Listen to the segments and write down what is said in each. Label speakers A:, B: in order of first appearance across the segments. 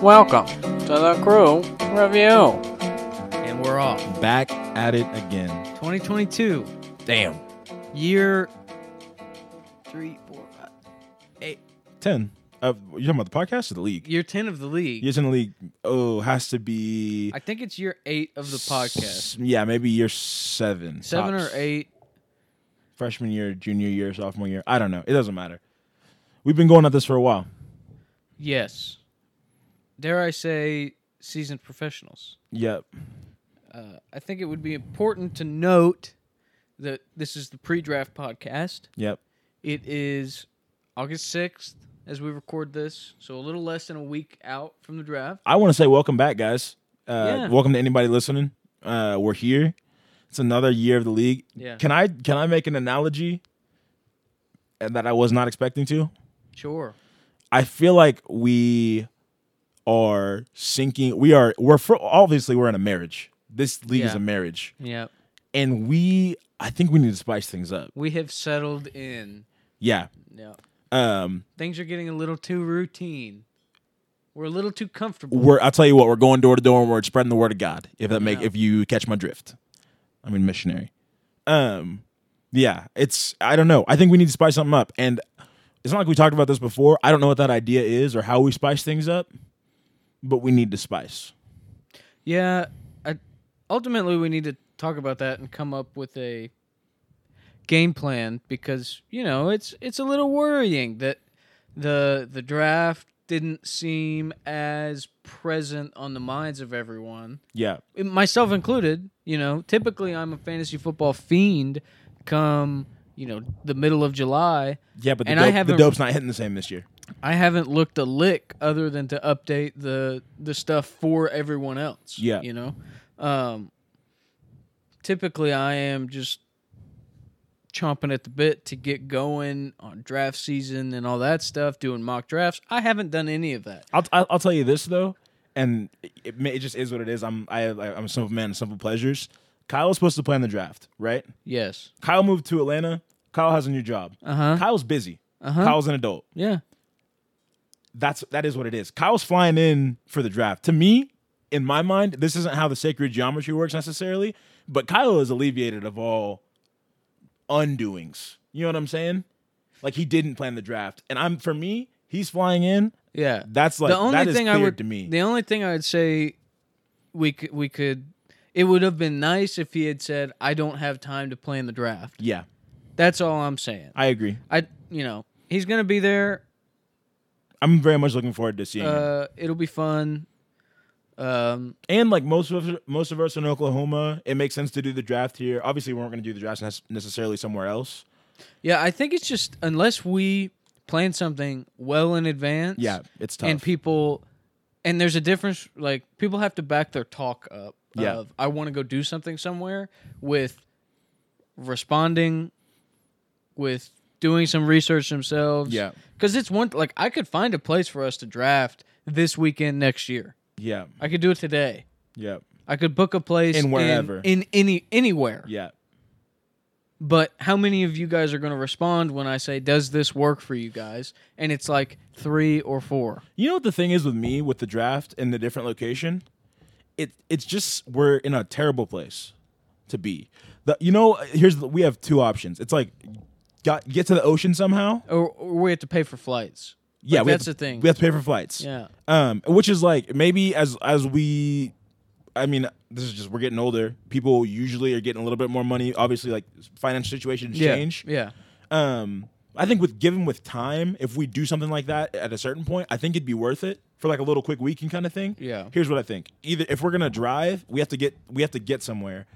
A: Welcome to the Crew Review.
B: And we're off.
C: Back at it again.
B: 2022,
C: Damn.
B: year three, four, five, eight,
C: 10. Uh, you talking about the podcast or the league?
B: year 10 of the league.
C: Years in the league, oh, has to be.
B: I think it's year eight of the podcast.
C: S- Yeah, maybe year seven.
B: Seven or
C: tops.
B: eight.
C: Freshman year, junior year, sophomore year. I don't know. It doesn't matter. We've been going at this for a while.
B: Yes. Dare I say, seasoned professionals.
C: Yep.
B: Uh, I think it would be important to note that this is the pre draft podcast.
C: Yep.
B: It is August 6th as we record this, so a little less than a week out from the draft.
C: I want to say welcome back, guys. Uh,
B: Yeah.
C: Welcome to anybody listening. Uh, we're here. It's another year of the league.
B: Yeah.
C: Can I can I make an analogy that I was not expecting to?
B: Sure.
C: I feel like we are sinking. We are we're fr obviously we're in a marriage. This league is
B: Yeah.
C: a marriage,
B: Yep.
C: and we I think we need to spice things up.
B: We have settled in.
C: Yeah.
B: Yeah.
C: Um.
B: Things are getting a little too routine. We're a little too comfortable.
C: We're I'll tell you what. We're going door to door and we're spreading the word of God. If that make
B: Yeah.
C: if you catch my drift, I mean missionary. Um. Yeah. It's I don't know. I think we need to spice something up, and it's not like we talked about this before. I don't know what that idea is or how we spice things up, but we need to spice.
B: Yeah. I, ultimately, we need to talk about that and come up with a game plan because you know it's it's a little worrying that the the draft didn't seem as present on the minds of everyone,
C: Yeah.
B: myself included. You know, typically I'm a fantasy football fiend. Come you know the middle of July,
C: Yeah, but the,
B: And I
C: dope, the
B: haven't-
C: dope's not hitting the same this year.
B: I haven't looked a lick other than to update the the stuff for everyone else.
C: Yeah.
B: you know, um, typically I am just chomping at the bit to get going on draft season and all that stuff, doing mock drafts. I haven't done any of that.
C: I'll, I'll I'll tell you this though, and it, may, it just is what it is. I'm I, I- I'm a simple man, simple pleasures. Kyle was supposed to play in the draft, right?
B: Yes.
C: Kyle moved to Atlanta. Kyle has a new job.
B: Uh huh.
C: Kyle's busy.
B: Uh-huh.
C: Kyle's an adult.
B: Yeah.
C: That's that is what it is. Kyle's flying in for the draft. To me, in my mind, this isn't how the sacred geometry works necessarily. But Kyle is alleviated of all undoings. You know what I'm saying? Like he didn't plan the draft, and I'm for me, he's flying in.
B: Yeah.
C: That's like
B: the only
C: that is
B: thing
C: clear
B: I would
C: to me.
B: The only thing I would say we could, we could it would have been nice if he had said I don't have time to plan the draft.
C: yeah,
B: That's all I'm saying.
C: I agree.
B: I you know he's gonna be there.
C: I'm very much looking forward to seeing him.
B: Uh, it'll be fun. Um,
C: And like most of most of us in Oklahoma, it makes sense to do the draft here. Obviously, we weren't going to do the draft nes- necessarily somewhere else.
B: yeah, I think it's just unless we plan something well in advance.
C: Yeah, it's tough.
B: and people, and there's a difference. Like people have to back their talk up.
C: Yeah.
B: of, I want to go do something somewhere with responding, with doing some research themselves.
C: Yeah.
B: because it's one like I could find a place for us to draft this weekend next year.
C: yeah,
B: I could do it today.
C: yeah,
B: I could book a place
C: In wherever.
B: in, in any anywhere.
C: yeah.
B: But how many of you guys are going to respond when I say, "Does this work for you guys?" And it's like three or four.
C: You know what the thing is with me with the draft and the different location? It it's just we're in a terrible place to be. The, you know, here's the, we have two options. It's like got get to the ocean somehow.
B: Or, or we have to pay for flights.
C: Yeah,
B: Like,
C: we have
B: that's
C: to-
B: the thing.
C: We have to pay for flights.
B: yeah,
C: um which is like maybe as as we i mean this is just we're getting older people usually are getting a little bit more money obviously like financial situations
B: yeah,
C: change
B: Yeah,
C: um i think with given with time if we do something like that at a certain point i think it'd be worth it for like a little quick weekend kind of thing
B: Yeah.
C: here's what i think either if we're gonna drive we have to get we have to get somewhere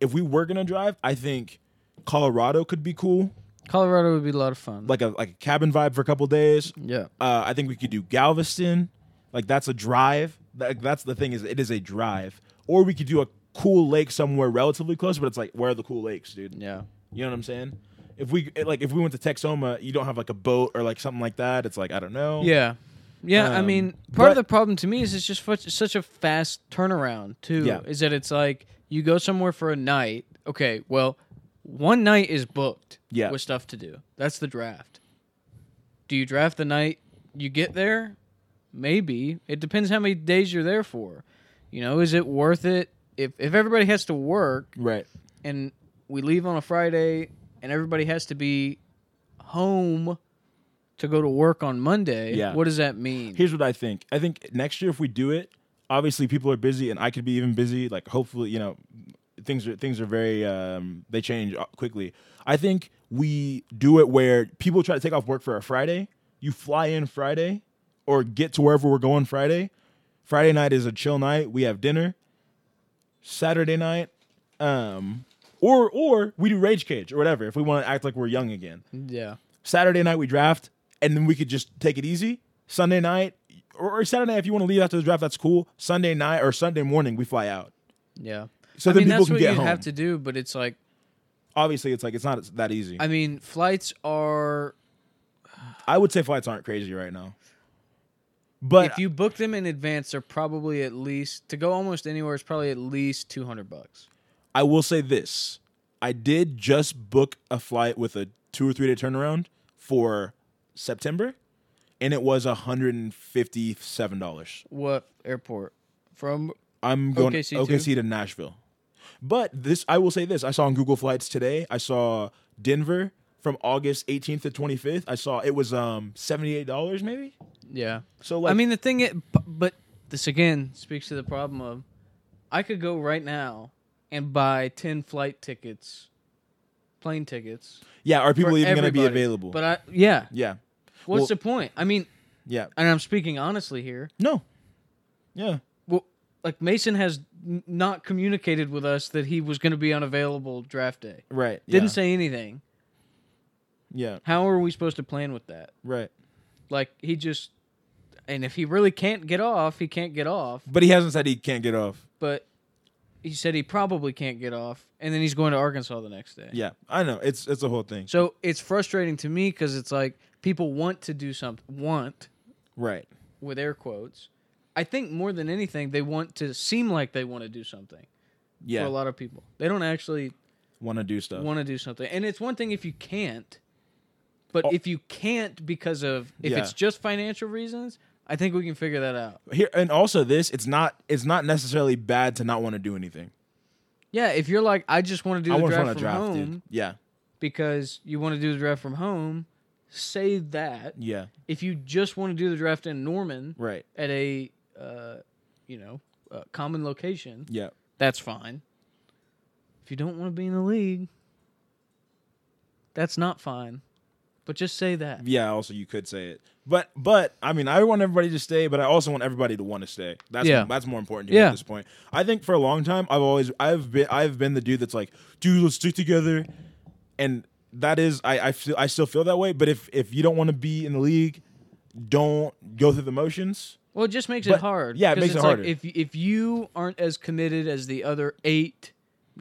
C: if we were gonna drive i think colorado could be cool
B: Colorado would be a lot of fun.
C: like a like a cabin vibe for a couple days
B: yeah,
C: uh, I think we could do Galveston. Like that's a drive. Like, that's the thing is it is a drive. Or we could do a cool lake somewhere relatively close, but it's like where are the cool lakes, dude?
B: yeah,
C: You know what I'm saying? If we it- like if we went to Texoma, you don't have like a boat or like something like that. It's like I don't know.
B: yeah, yeah. I
C: Um,
B: mean, part of
C: but-
B: the problem to me is it's just such, such a fast turnaround too.
C: Yeah.
B: Is that it's like you go somewhere for a night. Okay, well, one night is booked.
C: Yeah.
B: with stuff to do. That's the draft. Do you draft the night you get there? Maybe it depends how many days you're there for. You know, is it worth it? If if everybody has to work
C: Right.
B: and we leave on a Friday and everybody has to be home to go to work on Monday,
C: Yeah.
B: what does that mean?
C: Here's what I think. I think next year if we do it, obviously people are busy and I could be even busy. Like hopefully, you know, things are things are very um they change uh, quickly. I think we do it where people try to take off work for a Friday, you fly in Friday or get to wherever we're going Friday. Friday night is a chill night. We have dinner. Saturday night um or or we do rage cage or whatever if we want to act like we're young again.
B: yeah.
C: Saturday night we draft, and then we could just take it easy. Sunday night or, or Saturday night, if you want to leave after the draft, that's cool. Sunday night or Sunday morning we fly out.
B: Yeah.
C: So
B: I
C: then
B: mean,
C: people
B: that's
C: can
B: what
C: get
B: you
C: home.
B: have to do, but it's like
C: Obviously, it's like it's not that easy. I,
B: I mean, flights are
C: would say flights aren't crazy right now, but
B: if you book them in advance, they're probably at least to go almost anywhere is probably at least two hundred bucks.
C: I will say this: I did just book a flight with a two or three day turnaround for September, and it was hundred and fifty seven dollars.
B: What airport? From
C: I'm going
B: OKC
C: OKC,
B: too?
C: to Nashville. But this, I will say this: I saw on Google Flights today. I saw Denver from August 18th to 25th. I saw it was um 78 dollars maybe.
B: yeah.
C: So like,
B: I mean, the thing, i- b- but this again speaks to the problem of I could go right now and buy ten flight tickets, plane tickets.
C: yeah, are people
B: for
C: even going to be
B: everybody.
C: available?
B: But I yeah.
C: yeah,
B: What's
C: Well-
B: the point? I mean,
C: yeah,
B: and I'm speaking honestly here.
C: no, yeah,
B: Well, like Mason has n- not communicated with us that he was going to be unavailable draft day.
C: right.
B: Didn't
C: yeah,
B: say anything.
C: Yeah,
B: How are we supposed to plan with that?
C: right.
B: Like he just and if he really can't get off, he can't get off.
C: But he hasn't said he can't get off.
B: But he said he probably can't get off, and then he's going to Arkansas the next day.
C: Yeah, I know. It's it's a whole thing.
B: So it's frustrating to me because it's like people want to do something, want
C: Right.
B: with air quotes. I think more than anything, they want to seem like they want to do something for a
C: Yeah.
B: lot of people. They don't actually
C: Want to do stuff.
B: want to do something. And it's one thing if you can't, but
C: Oh.
B: if you can't because of if
C: Yeah.
B: it's just financial reasons, I think we can figure that out.
C: Here and also this, it's not it's not necessarily bad to not want to do anything.
B: Yeah, if you're like I just want to do
C: I
B: the
C: want to
B: draft
C: run a
B: from
C: draft,
B: home
C: dude. Yeah.
B: because you want to do the draft from home, say that.
C: Yeah.
B: If you just want to do the draft in Norman
C: Right.
B: at a uh, you know, uh, common location,
C: Yeah.
B: that's fine. If you don't want to be in the league, that's not fine. But just say that.
C: Yeah, also you could say it. But but I mean, I want everybody to stay, but I also want everybody to want to stay. That's
B: Yeah.
C: that's more important to me
B: Yeah.
C: at this point. I think for a long time I've always I've been I've been the dude that's like, dude, let's stick together. And that is I I feel I still feel that way, but if if you don't want to be in the league, don't go through the motions.
B: Well, it just makes it
C: But-
B: hard.
C: yeah, it
B: 'cause
C: makes it
B: it's like
C: harder.
B: if if you aren't as committed as the other eight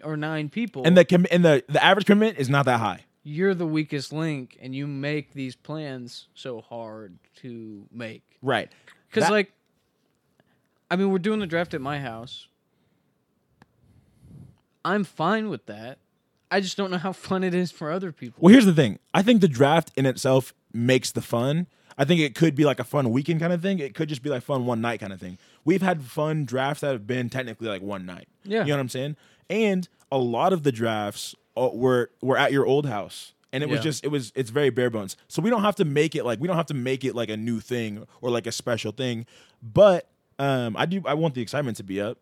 B: or nine people,
C: And the com- and the the average commitment is not that high.
B: you're the weakest link, and you make these plans so hard to make.
C: Right.
B: Because
C: That-
B: like, I mean, we're doing the draft at my house. I'm fine with that. I just don't know how fun it is for other people.
C: Well, here's the thing. I think the draft in itself makes the fun. I think it could be like a fun weekend kind of thing. It could just be like fun one night kind of thing. We've had fun drafts that have been technically like one night.
B: Yeah.
C: You know what I'm saying? And a lot of the drafts uh, were were at your old house. And it was
B: Yeah.
C: just it was it's very bare bones. So we don't have to make it like we don't have to make it like a new thing or like a special thing. But um I do I want the excitement to be up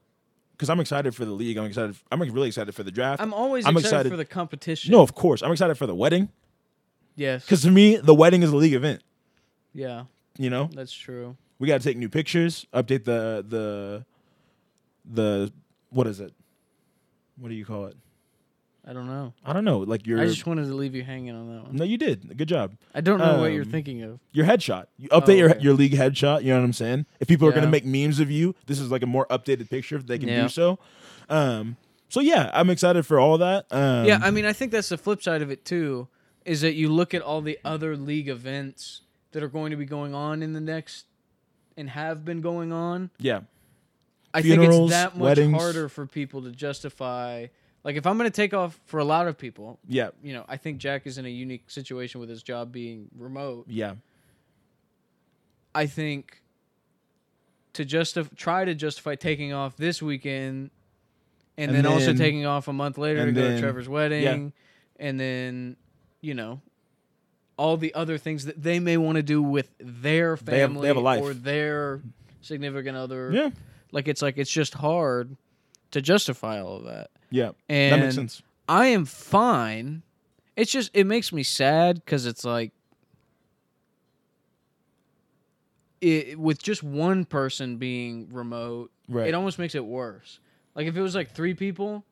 C: cuz I'm excited for the league. I'm excited I'm really excited for the draft.
B: I'm always
C: I'm
B: excited,
C: excited-
B: for the competition.
C: No, of course. I'm excited for the wedding.
B: Yes.
C: Because to me, the wedding is a league event.
B: Yeah,
C: You know,
B: that's true.
C: we got to take new pictures, update the the the what is it? What do you call it?
B: I don't know.
C: I don't know. Like your
B: I just wanted to leave you hanging on that one.
C: no, you did good job.
B: I don't know what you're
C: Um,
B: thinking of.
C: Your headshot. You update your
B: Oh, okay.
C: your league headshot. You know what I'm saying? If people are gonna
B: Yeah.
C: make memes of you, this is like a more updated picture if they can
B: Yeah.
C: do so. Um. So yeah, I'm excited for all that. Um,
B: Yeah, I mean, I think that's the flip side of it too, is that you look at all the other league events that are going to be going on in the next and have been going on.
C: yeah.
B: I think
C: Funerals,
B: it's that much
C: weddings.
B: harder for people to justify. Like, if I'm going to take off for a lot of people,
C: Yeah.
B: you know, I think Jack is in a unique situation with his job being remote.
C: Yeah.
B: I think to justify try to justify taking off this weekend and,
C: And
B: then, also
C: then-
B: taking off a month later to
C: and
B: go
C: then-
B: to Trevor's wedding and then you know all the other things that they may want to do with their
C: They have-
B: family
C: they have a life.
B: or their significant other
C: Yeah.
B: like it's like it's just hard to justify all of that
C: Yeah.
B: and
C: that makes sense.
B: I am fine. It's just it makes me sad because it's like it with just one person being remote,
C: Right.
B: it almost makes it worse. Like if it was like three people,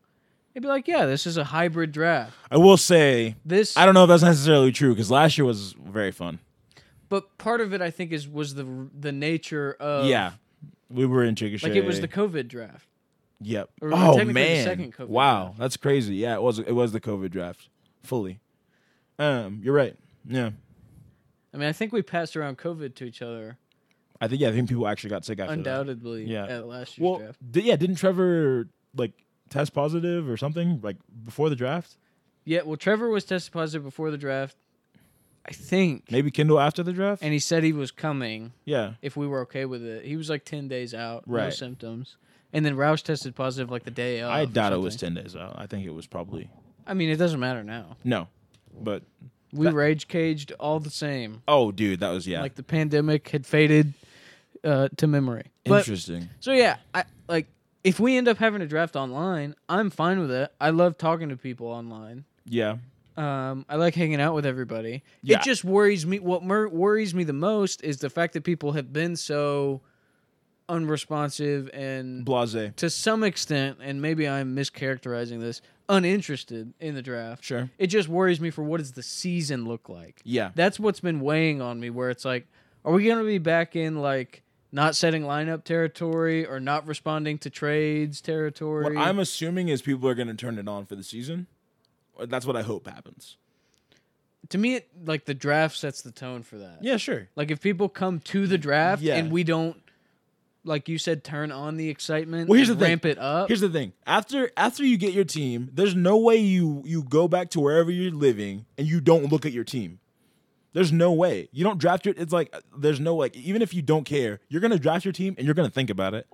B: it'd be like, yeah, this is a hybrid draft.
C: I will say,
B: This,
C: I don't know if that's necessarily true because last year was very fun.
B: but part of it I think is was the the nature of
C: yeah. We were in Chickasha.
B: like it was the COVID draft.
C: Yep.
B: or
C: oh
B: technically the
C: man.
B: second COVID
C: wow,
B: draft.
C: that's crazy. Yeah, it was it was the COVID draft fully. Um, you're right. Yeah.
B: I mean, I think we passed around COVID to each other
C: I think yeah, I think people actually got sick after that.
B: undoubtedly
C: Yeah.
B: at last year's
C: Well,
B: draft.
C: di- yeah, didn't Trevor like test positive or something like before the draft?
B: Yeah, well, Trevor was tested positive before the draft, I think,
C: Maybe Kindle after the draft?
B: and he said he was coming
C: yeah.
B: if we were okay with it. He was like ten days out, no
C: Right.
B: symptoms, and then Roush tested positive like the day of.
C: I
B: or
C: doubt it was
B: Oh, something.
C: 10 days out. I think it was probably
B: I mean, it doesn't matter now.
C: No. But
B: We rage caged all the same.
C: oh dude, that was yeah.
B: Like the pandemic had faded uh, to memory. But
C: Interesting.
B: so yeah, I like if we end up having a draft online, I'm fine with it. I love talking to people online.
C: yeah.
B: Um, I like hanging out with everybody.
C: Yeah.
B: It just worries me. What mer- worries me the most is the fact that people have been so unresponsive and,
C: Blase.
B: to some extent, and maybe I'm mischaracterizing this, uninterested in the draft.
C: Sure.
B: It just worries me for what does the season look like.
C: Yeah.
B: That's what's been weighing on me. Where it's like, are we going to be back in like not setting lineup territory or not responding to trades territory?
C: What I'm assuming is people are going to turn it on for the season. Uh, That's what I hope happens.
B: to me, it, like the draft sets the tone for that.
C: Yeah, sure.
B: Like if people come to the draft
C: Yeah.
B: and we don't, like you said, turn on the excitement.
C: Well, here's
B: and
C: the thing.
B: ramp it up.
C: Uh, Here's the thing. After after you get your team, there's no way you you go back to wherever you're living and you don't look at your team. There's no way. You don't draft your it's like uh, there's no like even if you don't care, you're going to draft your team and you're going to think about it.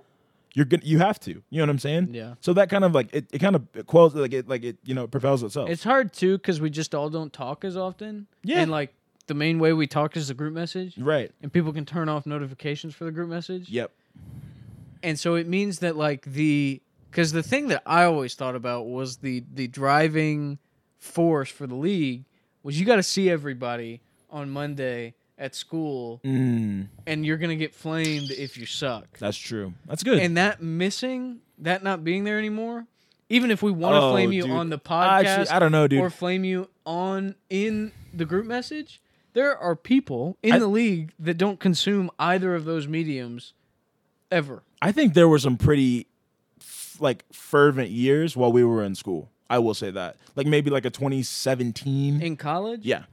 C: You're going to you have to. You know what I'm saying?
B: Yeah.
C: So that kind of like it, it kind of quells like it like it you know propels itself.
B: it's hard too because we just all don't talk as often.
C: Yeah.
B: And like the main way we talk is the group message,
C: right.
B: and people can turn off notifications for the group message.
C: Yep.
B: And so it means that like the because the thing that I always thought about was the the driving force for the league was you got to see everybody on Monday at school,
C: Mm,
B: and you're gonna get flamed if you suck.
C: that's true. That's good.
B: and that missing, that not being there anymore, even if we want to
C: Oh,
B: flame you
C: dude.
B: on the
C: I
B: podcast,
C: actually- I don't know, dude.
B: or flame you on in the group message, there are people in
C: I-
B: the league that don't consume either of those mediums ever.
C: I think there were some pretty f- like fervent years while we were in school. I will say that. Like maybe like a 2017.
B: In college,
C: yeah.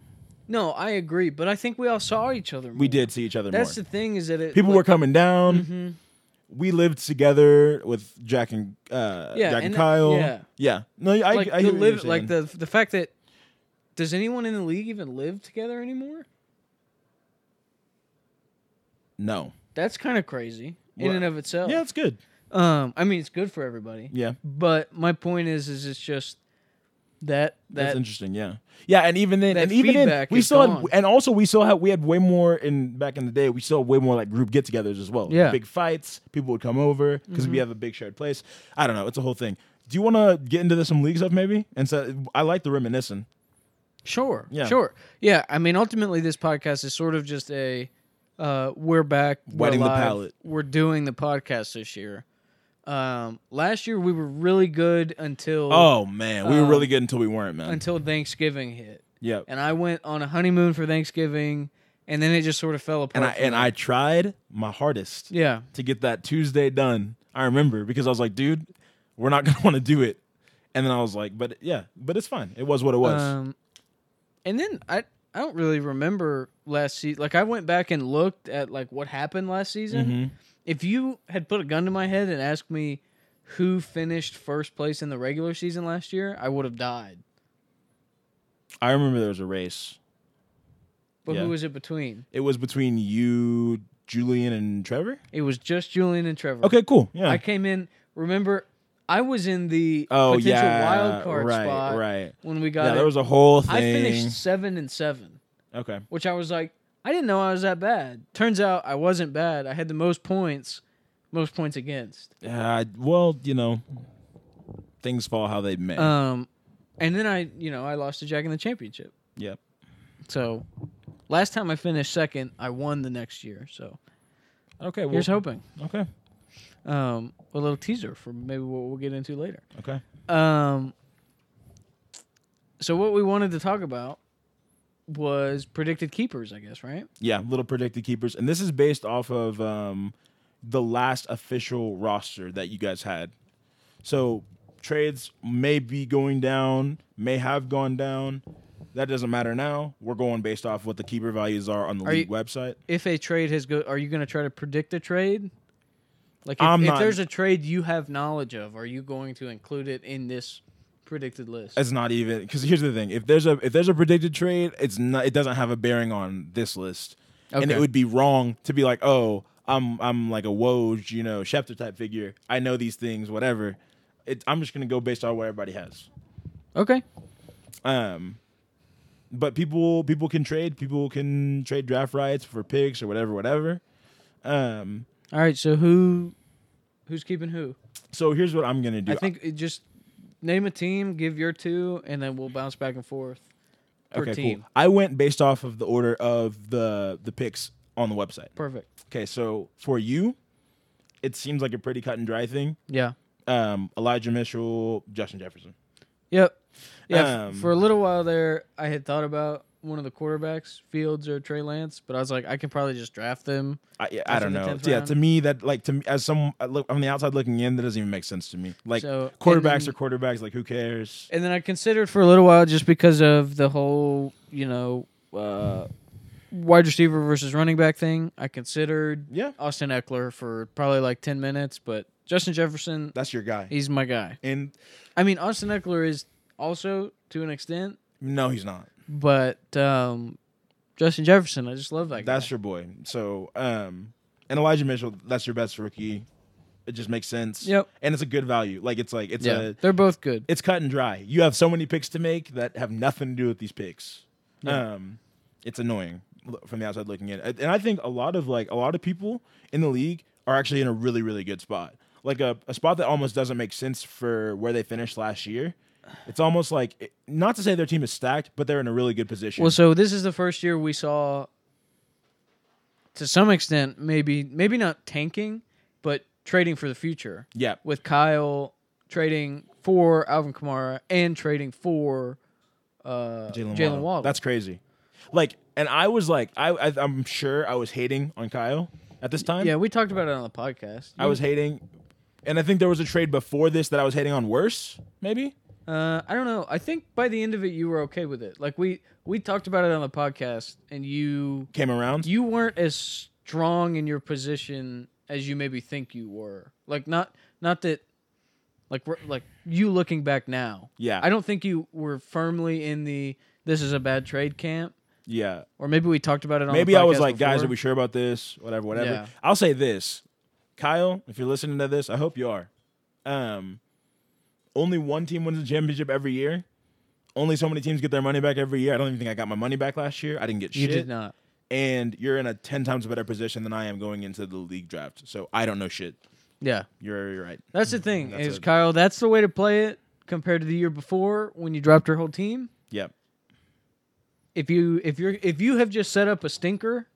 B: no, I agree, but I think we all saw each other. More.
C: We did see each other
B: That's
C: more.
B: the thing is that it, like,
C: People
B: Mm-hmm.
C: were coming down. We lived together with Jack and uh,
B: Yeah,
C: Jack and,
B: and that-
C: Kyle.
B: yeah.
C: yeah. No, I,
B: like
C: I
B: the
C: hear
B: live-
C: live
B: like the the fact that does anyone in the league even live together anymore?
C: no.
B: That's kind of crazy in
C: Well,
B: and of itself.
C: Yeah, it's good.
B: Um, I mean, it's good for everybody.
C: Yeah,
B: But my point is, is it's just that
C: that's
B: that
C: interesting. Yeah, yeah, and even then,
B: That
C: and even then,
B: feedback
C: we
B: is
C: still had,
B: gone.
C: and also we still had, we had way more in back in the day. We still had way more like group get-togethers as well.
B: Yeah. Mm-hmm.
C: big fights. People would come over because we have a big shared place. I don't know. It's a whole thing. Do you want to get into this, some league stuff maybe? And so I like the reminiscing.
B: sure,
C: Yeah.
B: sure, yeah. I mean, ultimately, this podcast is sort of just a uh, we're back, we're
C: Wetting the
B: live,
C: palate.
B: We're doing the podcast this year. Um, last year we were really good until
C: Oh man, we were
B: Um,
C: really good until we weren't, man.
B: until Thanksgiving hit,
C: yeah,
B: and I went on a honeymoon for Thanksgiving, and then it just sort of fell apart.
C: and I
B: from
C: and
B: there.
C: I tried my hardest
B: yeah,
C: to get that Tuesday done. I remember because I was like, dude, we're not gonna want to do it. And then I was like, but yeah, but it's fine. It was what it was.
B: Um, and then I I don't really remember last season. Like I went back and looked at like what happened last season.
C: Mm-hmm.
B: If you had put a gun to my head and asked me who finished first place in the regular season last year, I would have died.
C: I remember there was a race.
B: But
C: Yeah.
B: who was it between?
C: It was between you, Julian and Trevor.
B: It was just Julian and Trevor.
C: Okay, cool. Yeah.
B: I came in. Remember, I was in the
C: oh
B: potential
C: yeah.
B: wild card
C: right.
B: spot
C: Right.
B: when we got
C: Yeah,
B: it.
C: there was a whole thing.
B: I finished seven and seven,
C: Okay.
B: which I was like, I didn't know I was that bad. Turns out I wasn't bad. I had the most points, most points against.
C: Uh, well, you know, things fall how they may.
B: Um, and then I, you know, I lost to Jack in the championship.
C: yep.
B: So last time I finished second, I won the next year. So
C: Okay. Well.
B: here's hoping.
C: Okay.
B: Um, a little teaser for maybe what we'll get into later.
C: Okay.
B: Um, so what we wanted to talk about was predicted keepers, I guess, right?
C: Yeah, little predicted keepers, and this is based off of um, the last official roster that you guys had. So trades may be going down, may have gone down. That doesn't matter now. We're going based off what the keeper values are on the
B: Are
C: league
B: you-
C: website.
B: If a trade has go, are you going to try to predict a trade? Like if,
C: I'm
B: if
C: not-
B: there's a trade you have knowledge of, are you going to include it in this predicted list?
C: It's not even because here's the thing: if there's a if there's a predicted trade, it's not it doesn't have a bearing on this list, and
B: Okay.
C: it would be wrong to be like, oh, I'm I'm like a Woj, you know, Schefter type figure. I know these things, whatever. It, I'm just gonna go based on what everybody has.
B: okay.
C: Um, but people people can trade. People can trade draft rights for picks or whatever, whatever. Um,
B: All right. So who, who's keeping who?
C: so here's what I'm gonna do.
B: I think it just name a team, give your two, and then we'll bounce back and forth per
C: okay,
B: team.
C: cool. I went based off of the order of the the picks on the website.
B: Perfect.
C: Okay, so for you, it seems like a pretty cut and dry thing.
B: Yeah.
C: Um, Elijah Mitchell, Justin Jefferson.
B: Yep. Yeah. f-
C: Um,
B: for a little while there, I had thought about one of the quarterbacks, Fields or Trey Lance, but I was like, I can probably just draft them.
C: I, yeah, I
B: That's in
C: don't
B: the
C: know.
B: tenth
C: Yeah,
B: round.
C: to me that like to me as some I look on the outside looking in, that doesn't even make sense to me. Like
B: So, and
C: quarterbacks
B: then-
C: are quarterbacks. Like who cares?
B: And then I considered for a little while just because of the whole, you know, uh, wide receiver versus running back thing. I considered
C: Yeah,
B: Austin Eckler for probably like 10 minutes, but Justin Jefferson,
C: that's your guy.
B: he's my guy.
C: And
B: I mean, Austin Eckler is also to an extent,
C: no, he's not.
B: but um, Justin Jefferson, I just love that guy.
C: That's your boy. So, um, and Elijah Mitchell, that's your best rookie. It just makes sense.
B: Yep.
C: And it's a good value. Like it's like it's
B: yeah,
C: a
B: they're both good.
C: it's cut and dry. You have so many picks to make that have nothing to do with these picks.
B: Yeah.
C: Um, it's annoying lo- from the outside looking in. And and I think a lot of like a lot of people in the league are actually in a really really good spot. Like a, a spot that almost doesn't make sense for where they finished last year. It's almost like it- not to say their team is stacked, but they're in a really good position.
B: Well, so this is the first year we saw, to some extent, maybe maybe not tanking, but trading for the future
C: yeah.
B: with Kyle trading for Alvin Kamara and trading for uh, Jalen Waddle.
C: That's crazy. Like, and I was like, I, I I'm sure I was hating on Kyle at this time.
B: yeah, we talked about it on the podcast.
C: I was hating, and I think there was a trade before this that I was hating on worse. Maybe.
B: Uh, I don't know. I think by the end of it, you were okay with it. Like we we talked about it on the podcast, and you
C: came around.
B: you weren't as strong in your position as you maybe think you were. Like not not that like we're- like you looking back now.
C: Yeah.
B: I don't think you were firmly in the this is a bad trade camp
C: yeah.
B: or maybe we talked about it on
C: Maybe
B: the
C: I was
B: podcast
C: like, guys,
B: before.
C: are we sure about this? Whatever, whatever.
B: Yeah.
C: I'll say this. Kyle, if you're listening to this, I hope you are. Um, only one team wins the championship every year. Only so many teams get their money back every year. I don't even think I got my money back last year. I didn't get
B: You
C: shit.
B: did not.
C: And you're in a ten times better position than I am going into the league draft. So I don't know shit.
B: Yeah.
C: You're, you're right.
B: That's the thing
C: That's
B: is
C: it.
B: Kyle, that's the way to play it compared to the year before when you dropped your whole team.
C: Yep.
B: if you if you're if you have just set up a stinker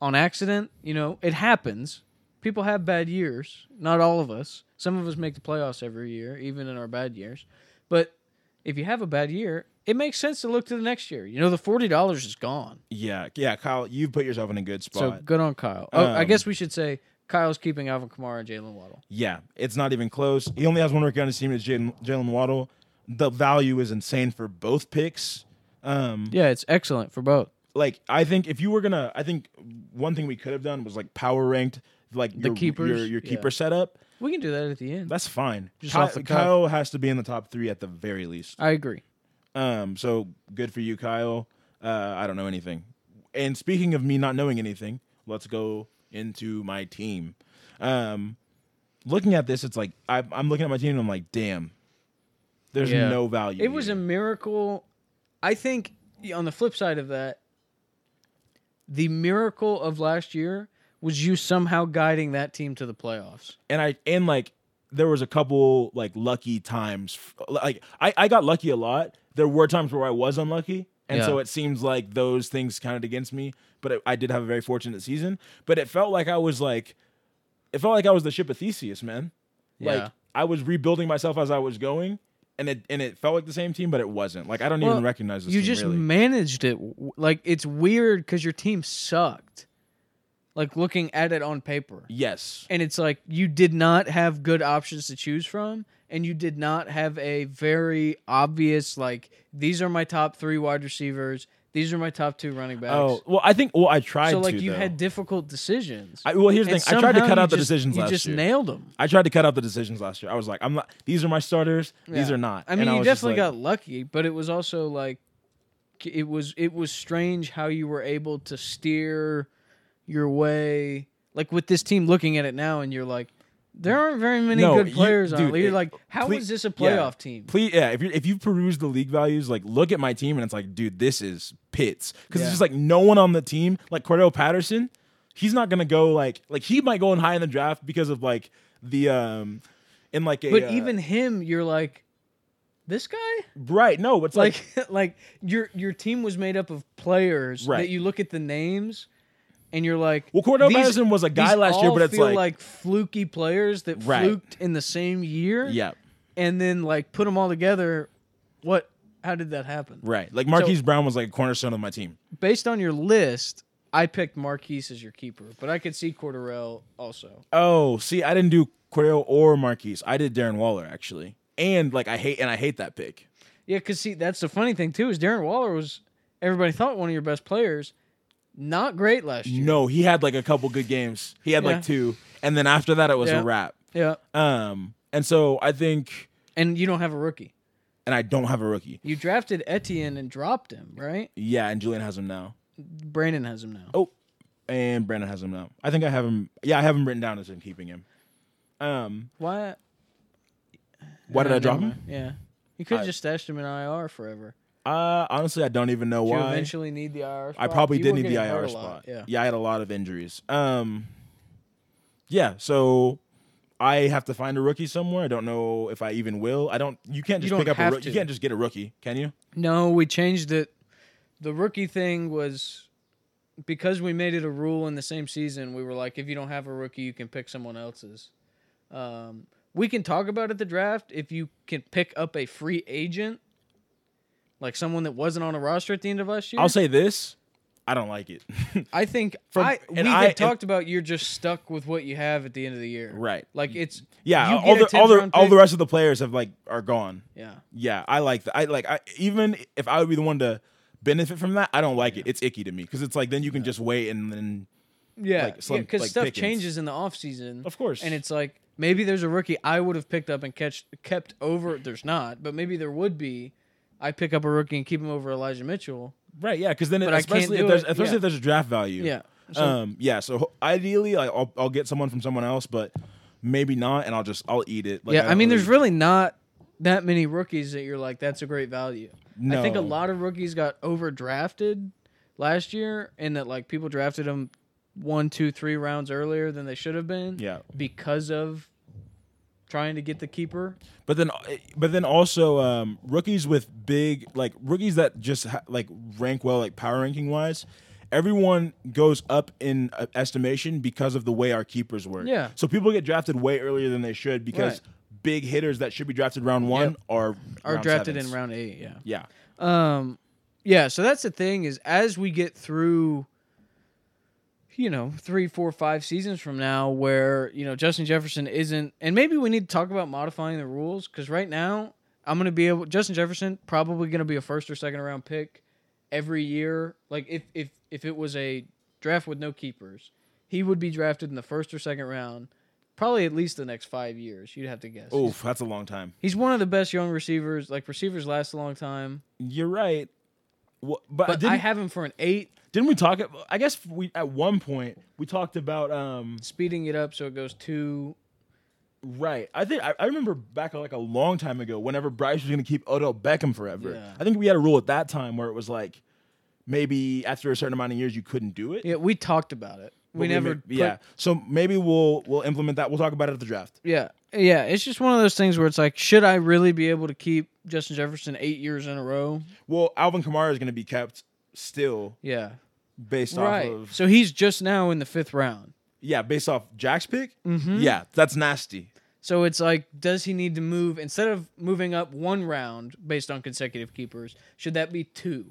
B: on accident, you know, it happens. People have bad years, not all of us. Some of us make the playoffs every year, even in our bad years. But if you have a bad year, it makes sense to look to the next year. You know, the forty dollars is gone.
C: Yeah. Yeah. Kyle, you put yourself in a good spot.
B: So good on Kyle. oh, I
C: Um,
B: guess we should say Kyle's keeping Alvin Kamara and Jalen Waddle.
C: Yeah, it's not even close. He only has one rookie on his team. It's Jalen Jalen Waddle. The value is insane for both picks. Um,
B: Yeah, it's excellent for both.
C: like I think if you were gonna, I think one thing we could have done was like power ranked like the your,
B: keepers?
C: your, your
B: Yeah.
C: keeper setup.
B: We can do that at the end.
C: That's fine.
B: Just
C: Ky-
B: off the cuff.
C: Kyle has to be in the top three at the very least.
B: I agree.
C: Um, so good for you, Kyle. Uh, I don't know anything. And speaking of me not knowing anything, Let's go into my team. Um, looking at this, it's like I, I'm looking at my team and I'm like, damn, there's
B: Yeah.
C: no value.
B: It was a
C: here.
B: miracle. I think on the flip side of that, the miracle of last year was you somehow guiding that team to the playoffs.
C: and I and like there was a couple like lucky times. Like I, I got lucky a lot. There were times where I was unlucky, and so
B: Yeah.
C: it seems like those things counted against me. But it, I did have a very fortunate season. But it felt like I was like, it felt like I was the ship of Theseus, man.
B: Yeah.
C: Like I was rebuilding myself as I was going, and it and it felt like the same team, but it wasn't. Like I don't
B: Well,
C: even recognize this.
B: you
C: team,
B: just
C: really.
B: managed it. w- Like it's weird because your team sucked. Like looking at it on paper.
C: yes,
B: And it's like you did not have good options to choose from, and you did not have a very obvious like these are my top three wide receivers, these are my top two running backs.
C: Oh well, I think well I tried.
B: so like
C: to,
B: you
C: though.
B: had difficult decisions.
C: I, well, here's the
B: And
C: thing. I tried to
B: somehow
C: cut
B: you
C: out the
B: just-
C: decisions
B: You
C: last
B: just
C: year.
B: nailed them.
C: I tried to cut out the decisions last year. I was like, I'm not. These are my starters. These
B: Yeah.
C: are not.
B: I mean,
C: And
B: you
C: was just
B: definitely
C: like-
B: got lucky, but it was also like it was it was strange how you were able to steer your way. Like with this team, looking at it now, and you're like, there aren't very many
C: No,
B: good
C: you-
B: players on.
C: dude,
B: it. You're
C: it-
B: like, how is
C: please-
B: this a
C: yeah.
B: playoff team?
C: Please, yeah. If you if you peruse the league values, like look at my team, and it's like, dude, this is pits because
B: Yeah.
C: it's just like no one on the team. Like Cordell Patterson, he's not gonna go like like he might go in high in the draft because of like the um in like a
B: But
C: uh,
B: even him, you're like, this guy.
C: right no it's like,
B: like like your your team was made up of players
C: Right.
B: that you look at the names and you're like
C: Well, Cordell
B: these-
C: Patterson was a guy
B: these
C: last year,
B: all
C: but it's
B: feel
C: like-
B: fluky players that
C: Right.
B: fluked in the same year
C: yeah
B: and then like put them all together what how did that happen
C: right like Marquise Brown was like a cornerstone of my team
B: based on your list I picked Marquise as your keeper but I could see Corderell also
C: Oh, see, I didn't do Cordell or Marquise. I did Darren Waller actually, and like I hate and I hate that pick.
B: yeah cuz see that's the funny thing too is Darren Waller was everybody thought one of your best players not great last year
C: No, he had like a couple good games. He had
B: Yeah.
C: like two, and then after that, it was
B: Yeah.
C: a wrap.
B: yeah
C: Um, and so I think,
B: and you don't have a rookie
C: and I don't have a rookie.
B: You drafted Etienne and dropped him, right?
C: Yeah, and Julian has him now.
B: Brandon has him now.
C: Oh, and Brandon has him now. I think I have him. Yeah, I have him written down as I'm keeping him. Um,
B: Why?
C: why did
B: Nah,
C: I drop
B: never
C: him?
B: mind. Yeah, you could have
C: I-
B: just stashed him in IR forever.
C: Uh, honestly, I don't even know
B: You
C: why.
B: eventually need the IR.
C: I
B: spot.
C: probably
B: You
C: did
B: were
C: need the
B: getting hurt
C: IR
B: a lot,
C: spot.
B: Yeah.
C: I had a lot of injuries. Um, yeah, so I have to find a rookie somewhere. I don't know if I even will. I don't. You can't
B: You
C: just
B: don't
C: pick up a
B: have
C: rookie. You
B: to.
C: can't just get a rookie, can you?
B: No, we changed it. The rookie thing was because we made it a rule in the same season. We were like, if you don't have a rookie, you can pick someone else's. Um, we can talk about at the draft if you can pick up a free agent, like someone that wasn't on a roster at the end of last year.
C: I'll say this. I don't like it.
B: I think
C: From-
B: I, we
C: and
B: had
C: I- and-
B: talked about you're just stuck with what you have at the end of the year.
C: Right.
B: Like it's
C: yeah,
B: you
C: all
B: get
C: the
B: a
C: all
B: 10th
C: the
B: round
C: all the
B: pick-
C: rest of the players have like are gone.
B: Yeah.
C: Yeah, I like that. I like I even if I would be the one to benefit from that, I don't like it. It's icky to me because it's like then you can just wait and then
B: Yeah.
C: Like Slim-
B: because
C: like
B: stuff
C: Pickens.
B: changes in the offseason.
C: Of course.
B: And it's like maybe there's a rookie I would have picked up and catch kept over there's not, but maybe there would be. I pick up a rookie and keep him over Elijah Mitchell.
C: right. Yeah, because then it,
B: But I can't
C: especially if
B: do
C: there's
B: it.
C: especially
B: Yeah.
C: if there's a draft value.
B: Yeah. So
C: um, yeah. So ho- ideally, like, I'll I'll get someone from someone else, but maybe not, and I'll just I'll eat it. Like,
B: yeah, I
C: don't
B: mean there's
C: really-
B: really not that many rookies that you're like, that's a great value. I think a
C: No.
B: lot of rookies got overdrafted last year and that like people drafted them one, two, three rounds earlier than they should have been.
C: Yeah.
B: Because of trying to get the keeper.
C: but then eh, but then also um, rookies with big like rookies that just ha- like rank well like power ranking wise. Everyone goes up in uh, estimation because of the way our keepers work.
B: Yeah.
C: So people get drafted way earlier than they should because big hitters that should be drafted round one
B: Yep.
C: are
B: Are
C: round
B: drafted
C: sevens.
B: in round eight, yeah.
C: Yeah.
B: Um, yeah. So that's the thing is, as we get through, you know, three, four, five seasons from now, where you know Justin Jefferson isn't, and maybe we need to talk about modifying the rules because right now I'm gonna be able. Justin Jefferson probably gonna be a first or second round pick every year. Like if if if it was a draft with no keepers, he would be drafted in the first or second round. Probably at least the next five years, you'd have to guess.
C: Oof, that's a long time.
B: He's one of the best young receivers. Like receivers last a long time.
C: You're right. Wha- but,
B: But
C: didn't,
B: I have him for an eight,
C: didn't we talk? ab- I guess we at one point we talked about um,
B: speeding it up so it goes two.
C: Right. I think I, I remember back like a long time ago, whenever Bryce was going to keep Odell Beckham forever.
B: Yeah.
C: I think we had a rule at that time where it was like maybe after a certain amount of years you couldn't do it.
B: Yeah, we talked about it.
C: but
B: We never.
C: ma-
B: put-
C: yeah. So maybe we'll we'll implement that. We'll talk about it at the draft.
B: Yeah. Yeah. It's just one of those things where it's like, should I really be able to keep Justin Jefferson eight years in a row?
C: Well, Alvin Kamara is going to be kept still
B: Yeah.
C: based
B: Right.
C: off of
B: So he's just now in the fifth round.
C: yeah based off Jack's pick.
B: Mm-hmm.
C: Yeah, that's nasty.
B: So it's like, does he need to move instead of moving up one round based on consecutive keepers? Should that be two?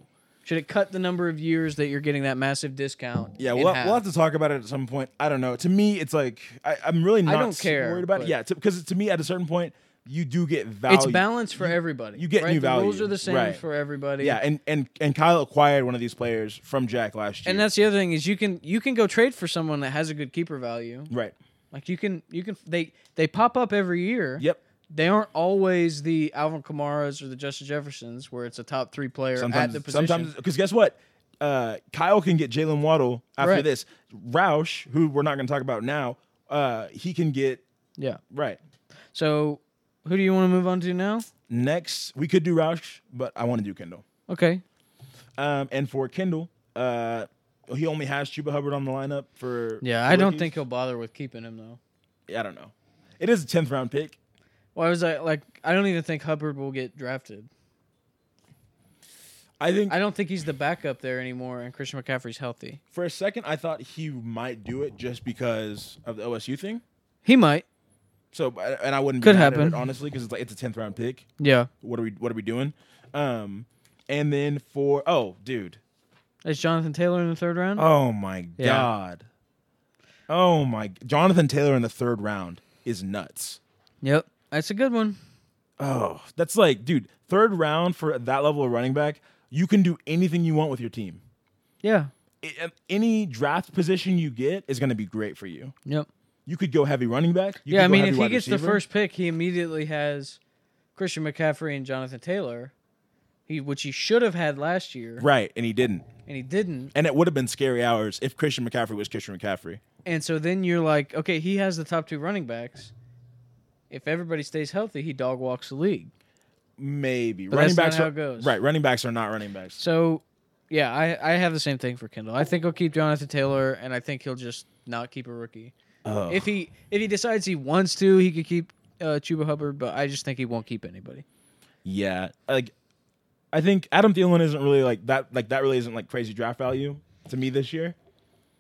B: Should it cut the number of years that you're getting that massive discount?
C: Yeah,
B: in
C: we'll,
B: half?
C: we'll have to talk about it at some point. I don't know. To me, it's like I, I'm really not
B: don't
C: s-
B: care,
C: worried about it.
B: but-
C: Yeah, because to me, at a certain point, you do get value.
B: It's balanced for everybody.
C: you get
B: right?
C: new
B: the Rules
C: value,
B: are the same
C: right.
B: for everybody.
C: Yeah, and and and Kyle acquired one of these players from Jack last year.
B: And that's the other thing is you can you can go trade for someone that has a good keeper value.
C: right.
B: Like you can you can they they pop up every year.
C: Yep.
B: They aren't always the Alvin Kamara's or the Justin Jeffersons where it's a top three player at
C: Sometimes
B: the position.
C: sometimes because guess what? Uh, Kyle can get Jalen Waddle after
B: Right.
C: this. Roush, who we're not going to talk about now, uh, he can get
B: yeah.
C: right
B: So who do you want to move on to now?
C: next. We could do Roush, but I want to do Kendall.
B: Okay.
C: Um, and for Kendall, uh, he only has Chuba Hubbard on the lineup for.
B: Yeah,
C: for
B: I don't
C: rookies.
B: think he'll bother with keeping him though.
C: I don't know. It is a tenth round pick.
B: Why was I like I don't even think Hubbard will get drafted.
C: I think
B: I don't think he's the backup there anymore and Christian McCaffrey's healthy.
C: for a second I thought he might do it just because of the OSU thing.
B: He might.
C: So and I wouldn't
B: Could
C: be mad at
B: happen.
C: it, honestly because it's like it's a tenth round pick.
B: Yeah.
C: What are we What are we doing? Um, and then for oh dude,
B: Is Jonathan Taylor in the third round?
C: oh my
B: Yeah.
C: god, oh my Jonathan Taylor in the third round is nuts.
B: yep. That's a good one.
C: Oh, that's like dude, third round for that level of running back, you can do anything you want with your team.
B: Yeah.
C: I- any draft position you get is going to be great for you.
B: Yep.
C: You could go heavy running back. You
B: yeah,
C: could
B: I
C: go
B: mean,
C: heavy
B: if he
C: wide
B: gets the
C: receiver.
B: first pick, he immediately has Christian McCaffrey and Jonathan Taylor, he which he should have had last year,
C: right, and he didn't,
B: and he didn't.
C: and it would have been scary hours if Christian McCaffrey was Christian McCaffrey.
B: And so then you're like, okay, he has the top two running backs. If everybody stays healthy, he dog walks the league.
C: Maybe
B: But
C: running
B: that's not
C: backs
B: how
C: are
B: it goes.
C: right. Running backs are not running backs.
B: So, yeah, I I have the same thing for Kendall. I think he'll keep Jonathan Taylor, and I think he'll just not keep a rookie.
C: Oh.
B: If he if he decides he wants to, he could keep uh, Chuba Hubbard, but I just think he won't keep anybody.
C: Yeah, like I think Adam Thielen isn't really like that. Like that really isn't like crazy draft value to me this year.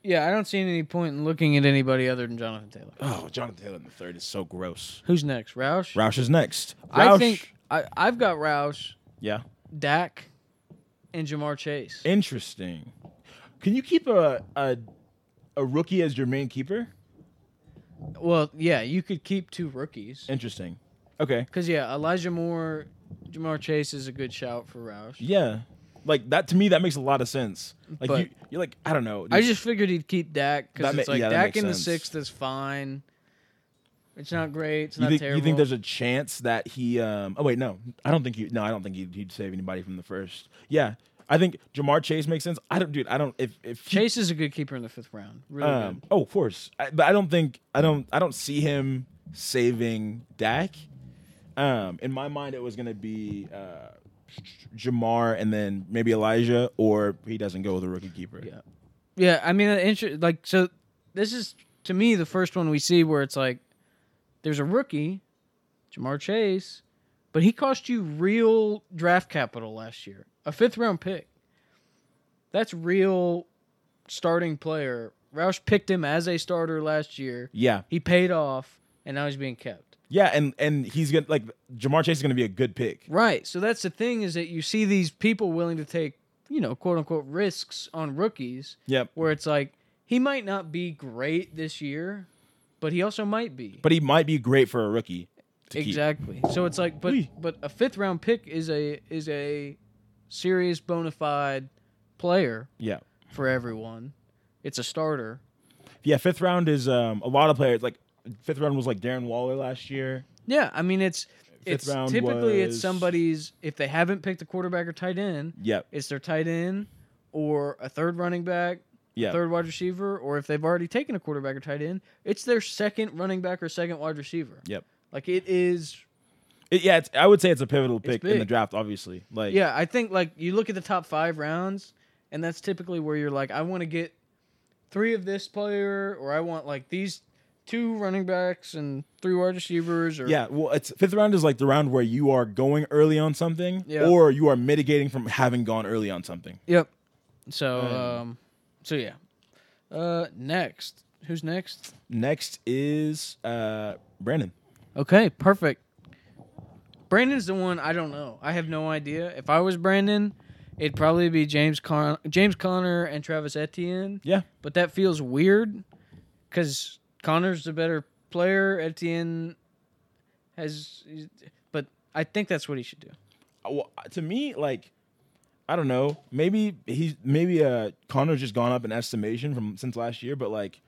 B: Yeah, I don't see any point in looking at anybody other than Jonathan Taylor.
C: Oh, Jonathan Taylor in the third is so gross.
B: Who's next? Roush?
C: Roush is next.
B: I
C: Roush-
B: think I, I've got Roush,
C: Yeah.
B: Dak, and Jamar Chase.
C: Interesting. Can you keep a a a rookie as your main keeper?
B: Well, yeah, you could keep two rookies.
C: Interesting. Okay.
B: Because, yeah, Elijah Moore, Jamar Chase is a good shout for Roush.
C: Yeah. Like that to me, that makes a lot of sense. Like
B: But-
C: you, you're like I don't know.
B: I just figured he'd keep Dak
C: That
B: because
C: ma-
B: it's like
C: yeah, that
B: Dak
C: makes
B: in the
C: sense.
B: sixth is fine. It's not great. It's
C: you
B: not
C: think,
B: terrible.
C: you think there's a chance that he? Um, oh wait, no, I don't think he. No, I don't think he'd, he'd save anybody from the first. Yeah, I think Jamar Chase makes sense. I don't, dude. I don't. If if he-
B: Chase is a good keeper in the fifth round. Really
C: um, oh, of course. I, but I don't think I don't I don't see him saving Dak. Um, in my mind, it was gonna be uh, Jamar and then maybe Elijah, or he doesn't go with a rookie keeper.
B: Yeah. good. Yeah, I mean, the inter- like, so this is, to me, the first one we see where it's like there's a rookie, Jamar Chase, but he cost you real draft capital last year, a fifth round pick. That's real starting player. Roush picked him as a starter last year.
C: Yeah,
B: He paid off, and now he's being kept.
C: yeah, and and he's gonna like Jamar Chase is gonna be a good pick.
B: Right. So that's the thing is that you see these people willing to take, you know, quote unquote risks on rookies
C: Yep.
B: where it's like he might not be great this year, but he also might be.
C: But he might be great for a rookie. To keep.
B: exactly. So it's like but
C: Oui.
B: but a fifth round pick is a is a serious bona fide player
C: Yeah.
B: for everyone. It's a starter.
C: Yeah, fifth round is um, a lot of players. Like fifth round was like Darren Waller last year.
B: Yeah, I mean it's
C: Fifth
B: it's
C: round
B: typically it's
C: was-
B: somebody's if they haven't picked a quarterback or tight end,
C: Yep.
B: it's their tight end or a third running back,
C: Yeah.
B: third wide receiver, or if they've already taken a quarterback or tight end, it's their second running back or second wide receiver.
C: Yep.
B: Like it is
C: It- yeah. It's, I would say it's a pivotal pick in the
B: big.
C: draft. Obviously, like
B: Yeah, I think like you look at the top five rounds, and that's typically where you're like, I want to get three of this player, or I want like these two running backs and three wide receivers, or
C: Yeah, well, it's fifth round is like the round where you are going early on something,
B: Yeah.
C: or you are mitigating from having gone early on something.
B: yep. So, um, so yeah. Uh, next, who's next?
C: Next is uh Brandon.
B: Okay, perfect. Brandon's the one I don't know. I have no idea. If I was Brandon, it'd probably be James Con- James Connor and Travis Etienne.
C: Yeah,
B: but that feels weird because Connor's the better player. Etienne has, but I think that's what he should do.
C: Uh, well, to me, like, I don't know. Maybe he's maybe uh Connor's just gone up in estimation from since last year, but like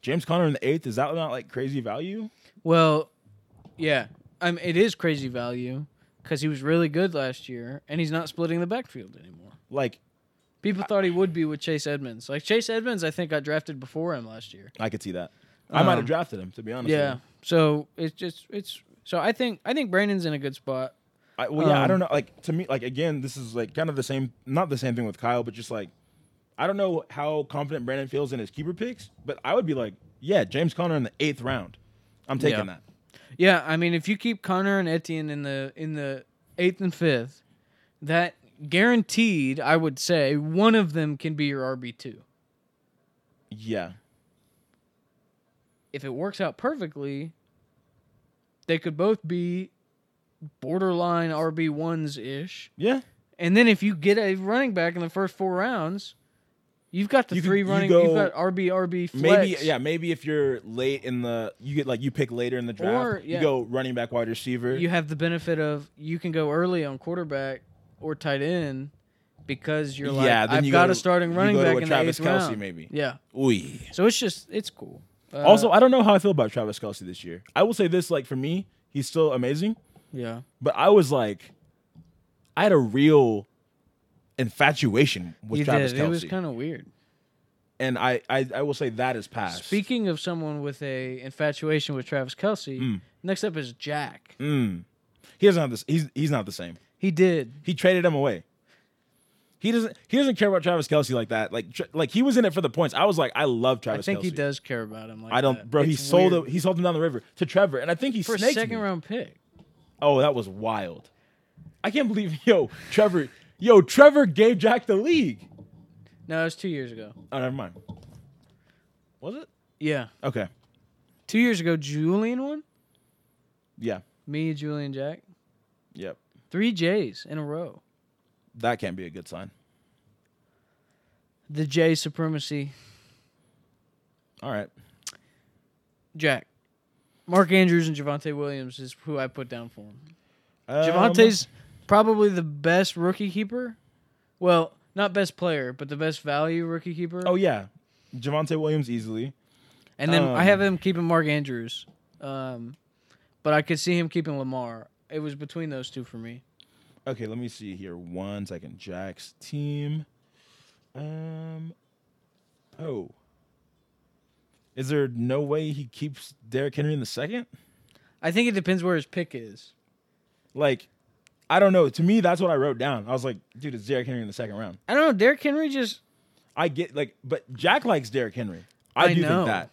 C: James Connor in the eighth is that not like crazy value?
B: Well, yeah, I mean, it is crazy value because he was really good last year, and he's not splitting the backfield anymore.
C: Like,
B: People thought he would be with Chase Edmonds. Like Chase Edmonds, I think got drafted before him last year.
C: I could see that. I might have
B: Um,
C: drafted him to be honest. with
B: Yeah,
C: you.
B: so it's just it's so I think I think Brandon's in a good spot.
C: I, well, yeah, I
B: Um,
C: don't know. Like to me, like again, this is like kind of the same, not the same thing with Kyle, but just like I don't know how confident Brandon feels in his keeper picks, but I would be like, yeah, James Conner in the eighth round, I'm taking
B: Yeah.
C: that.
B: Yeah, I mean, if you keep Connor and Etienne in the in the eighth and fifth, that guaranteed, I would say, one of them can be your RB two.
C: Yeah,
B: If it works out perfectly, they could both be borderline RB ones ish.
C: yeah.
B: And then if you get a running back in the first four rounds, you've got the
C: You could-
B: three
C: you
B: running.
C: go-
B: you've got RB RB flex.
C: Maybe yeah, maybe if you're late in the, you get like you pick later in the draft,
B: Or, yeah.
C: you go running back, wide receiver.
B: you have the benefit of you can go early on quarterback or tight end because you're like
C: Yeah, then
B: I've
C: you
B: got
C: go
B: a
C: to-
B: starting
C: you
B: running
C: go to
B: back
C: a
B: in
C: Travis
B: the eighth
C: Kelce
B: round.
C: maybe.
B: Yeah,
C: Ooh.
B: so it's just it's cool. Uh,
C: also, I don't know how I feel about Travis Kelsey this year. I will say this, like for me, he's still amazing.
B: yeah,
C: But I was like, I had a real infatuation with
B: you
C: Travis
B: did.
C: Kelsey,
B: It was kind of weird.
C: and I, I I will say that is past.
B: Speaking of someone with a infatuation with Travis Kelsey, next up is Jack.
C: Mm. he doesn't have this. He's he's not the same.
B: He did.
C: He traded him away. He doesn't. He doesn't care about Travis Kelsey like that. Like tr- like he was in it for the points. I was like, I love
B: I
C: Travis.
B: think he
C: Kelce.
B: does care about him. Like
C: I don't,
B: that.
C: bro. he
B: It's
C: sold
B: weird.
C: him. He sold him down the river to Trevor, and I think he
B: for a
C: snaked
B: second
C: me.
B: round pick.
C: Oh, that was wild. I can't believe, yo, Trevor, yo, Trevor gave Jack the league.
B: No, it was two years ago.
C: Oh, never mind. Was it?
B: Yeah,
C: Okay.
B: two years ago. Julian won.
C: Yeah.
B: Me, Julian, Jack.
C: Yep.
B: Three J's in a row.
C: That can't be a good sign.
B: The J supremacy.
C: All right.
B: Jack. Mark Andrews and Javante Williams is who I put down for him.
C: Um,
B: Javante's probably the best rookie keeper. Well, not best player, but the best value rookie keeper.
C: Oh yeah, Javante Williams easily.
B: and then I
C: um,
B: have him keeping Mark Andrews. Um, but I could see him keeping Lamar. It was between those two for me.
C: Okay, let me see here. One second. Jack's team. Um. Oh. Is there no way he keeps Derrick Henry in the second?
B: I think it depends where his pick is.
C: Like, I don't know. To me, that's what I wrote down. I was like, dude, it's Derrick Henry in the second round.
B: I don't know. Derrick Henry just
C: I get like, but Jack likes Derrick Henry. I,
B: I
C: do
B: know.
C: think that.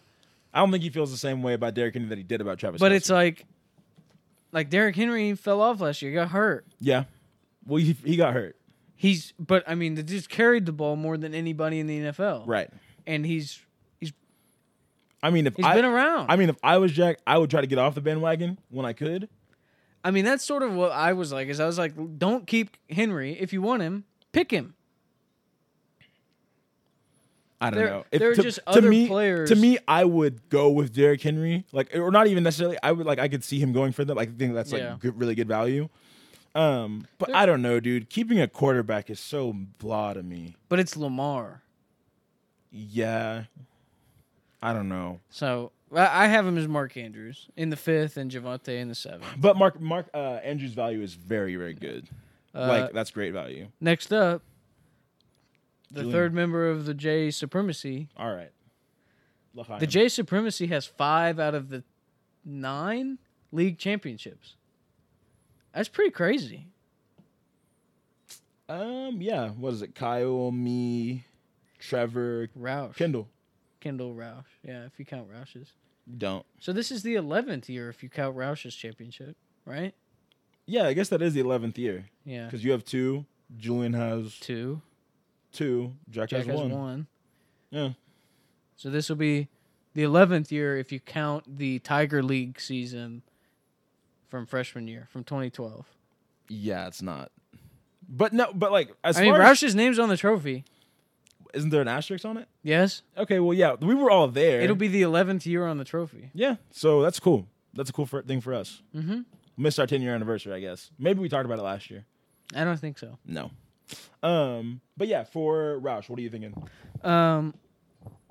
C: I don't think he feels the same way about Derrick Henry that he did about Travis.
B: but
C: Kelce.
B: it's like like Derrick Henry fell off last year, got hurt.
C: yeah. Well, he, he got hurt.
B: He's but I mean the dude's carried the ball more than anybody in the NFL.
C: Right.
B: And he's
C: I mean, if
B: He's
C: I,
B: been around.
C: I mean, if I was Jack, I would try to get off the bandwagon when I could.
B: I mean, that's sort of what I was like. Is I was like, don't keep Henry if you want him, pick him.
C: I don't
B: There-
C: know.
B: there are
C: to,
B: just
C: to
B: other
C: me,
B: players-
C: To me, I would go with Derrick Henry, like, or not even necessarily. I would like, I could see him going for them. Like, I think that's like
B: Yeah.
C: good, really good value. Um, but I don't know, dude. Keeping a quarterback is so blah to me.
B: But it's Lamar.
C: Yeah, I don't know.
B: So I I have him as Mark Andrews in the fifth and Javante in the seventh.
C: But Mark Mark uh, Andrews' value is very very good.
B: Uh,
C: like that's great value.
B: Next up, the
C: Julian.
B: third member of the J Supremacy.
C: All right. L'chaim.
B: The J Supremacy has five out of the nine league championships. That's pretty crazy.
C: um yeah, what is it? Kyle, me, Trevor,
B: Roush.
C: Kendall.
B: Kendall Roush. Yeah, if you count Roush's.
C: Don't.
B: So this is the 11th year if you count Roush's championship, right?
C: Yeah, I guess that is the eleventh year
B: Yeah.
C: because you have two. Julian has
B: Two.
C: two. Jack,
B: Jack
C: has,
B: has
C: one.
B: one.
C: Yeah.
B: So this will be the 11th year if you count the Tiger League season from freshman year, from 2012.
C: Yeah, it's not. But no, but like as
B: I mean,
C: far as,
B: Roush's name's on the trophy.
C: isn't there an asterisk on it?
B: Yes.
C: Okay, well yeah, we were all there.
B: It'll be the 11th year on the trophy.
C: yeah. So that's cool. That's a cool for, thing for us.
B: Mhm.
C: Missed our ten year anniversary, I guess. Maybe we talked about it last year.
B: I don't think so.
C: No. Um, but yeah, for Roush, what are you thinking?
B: Um,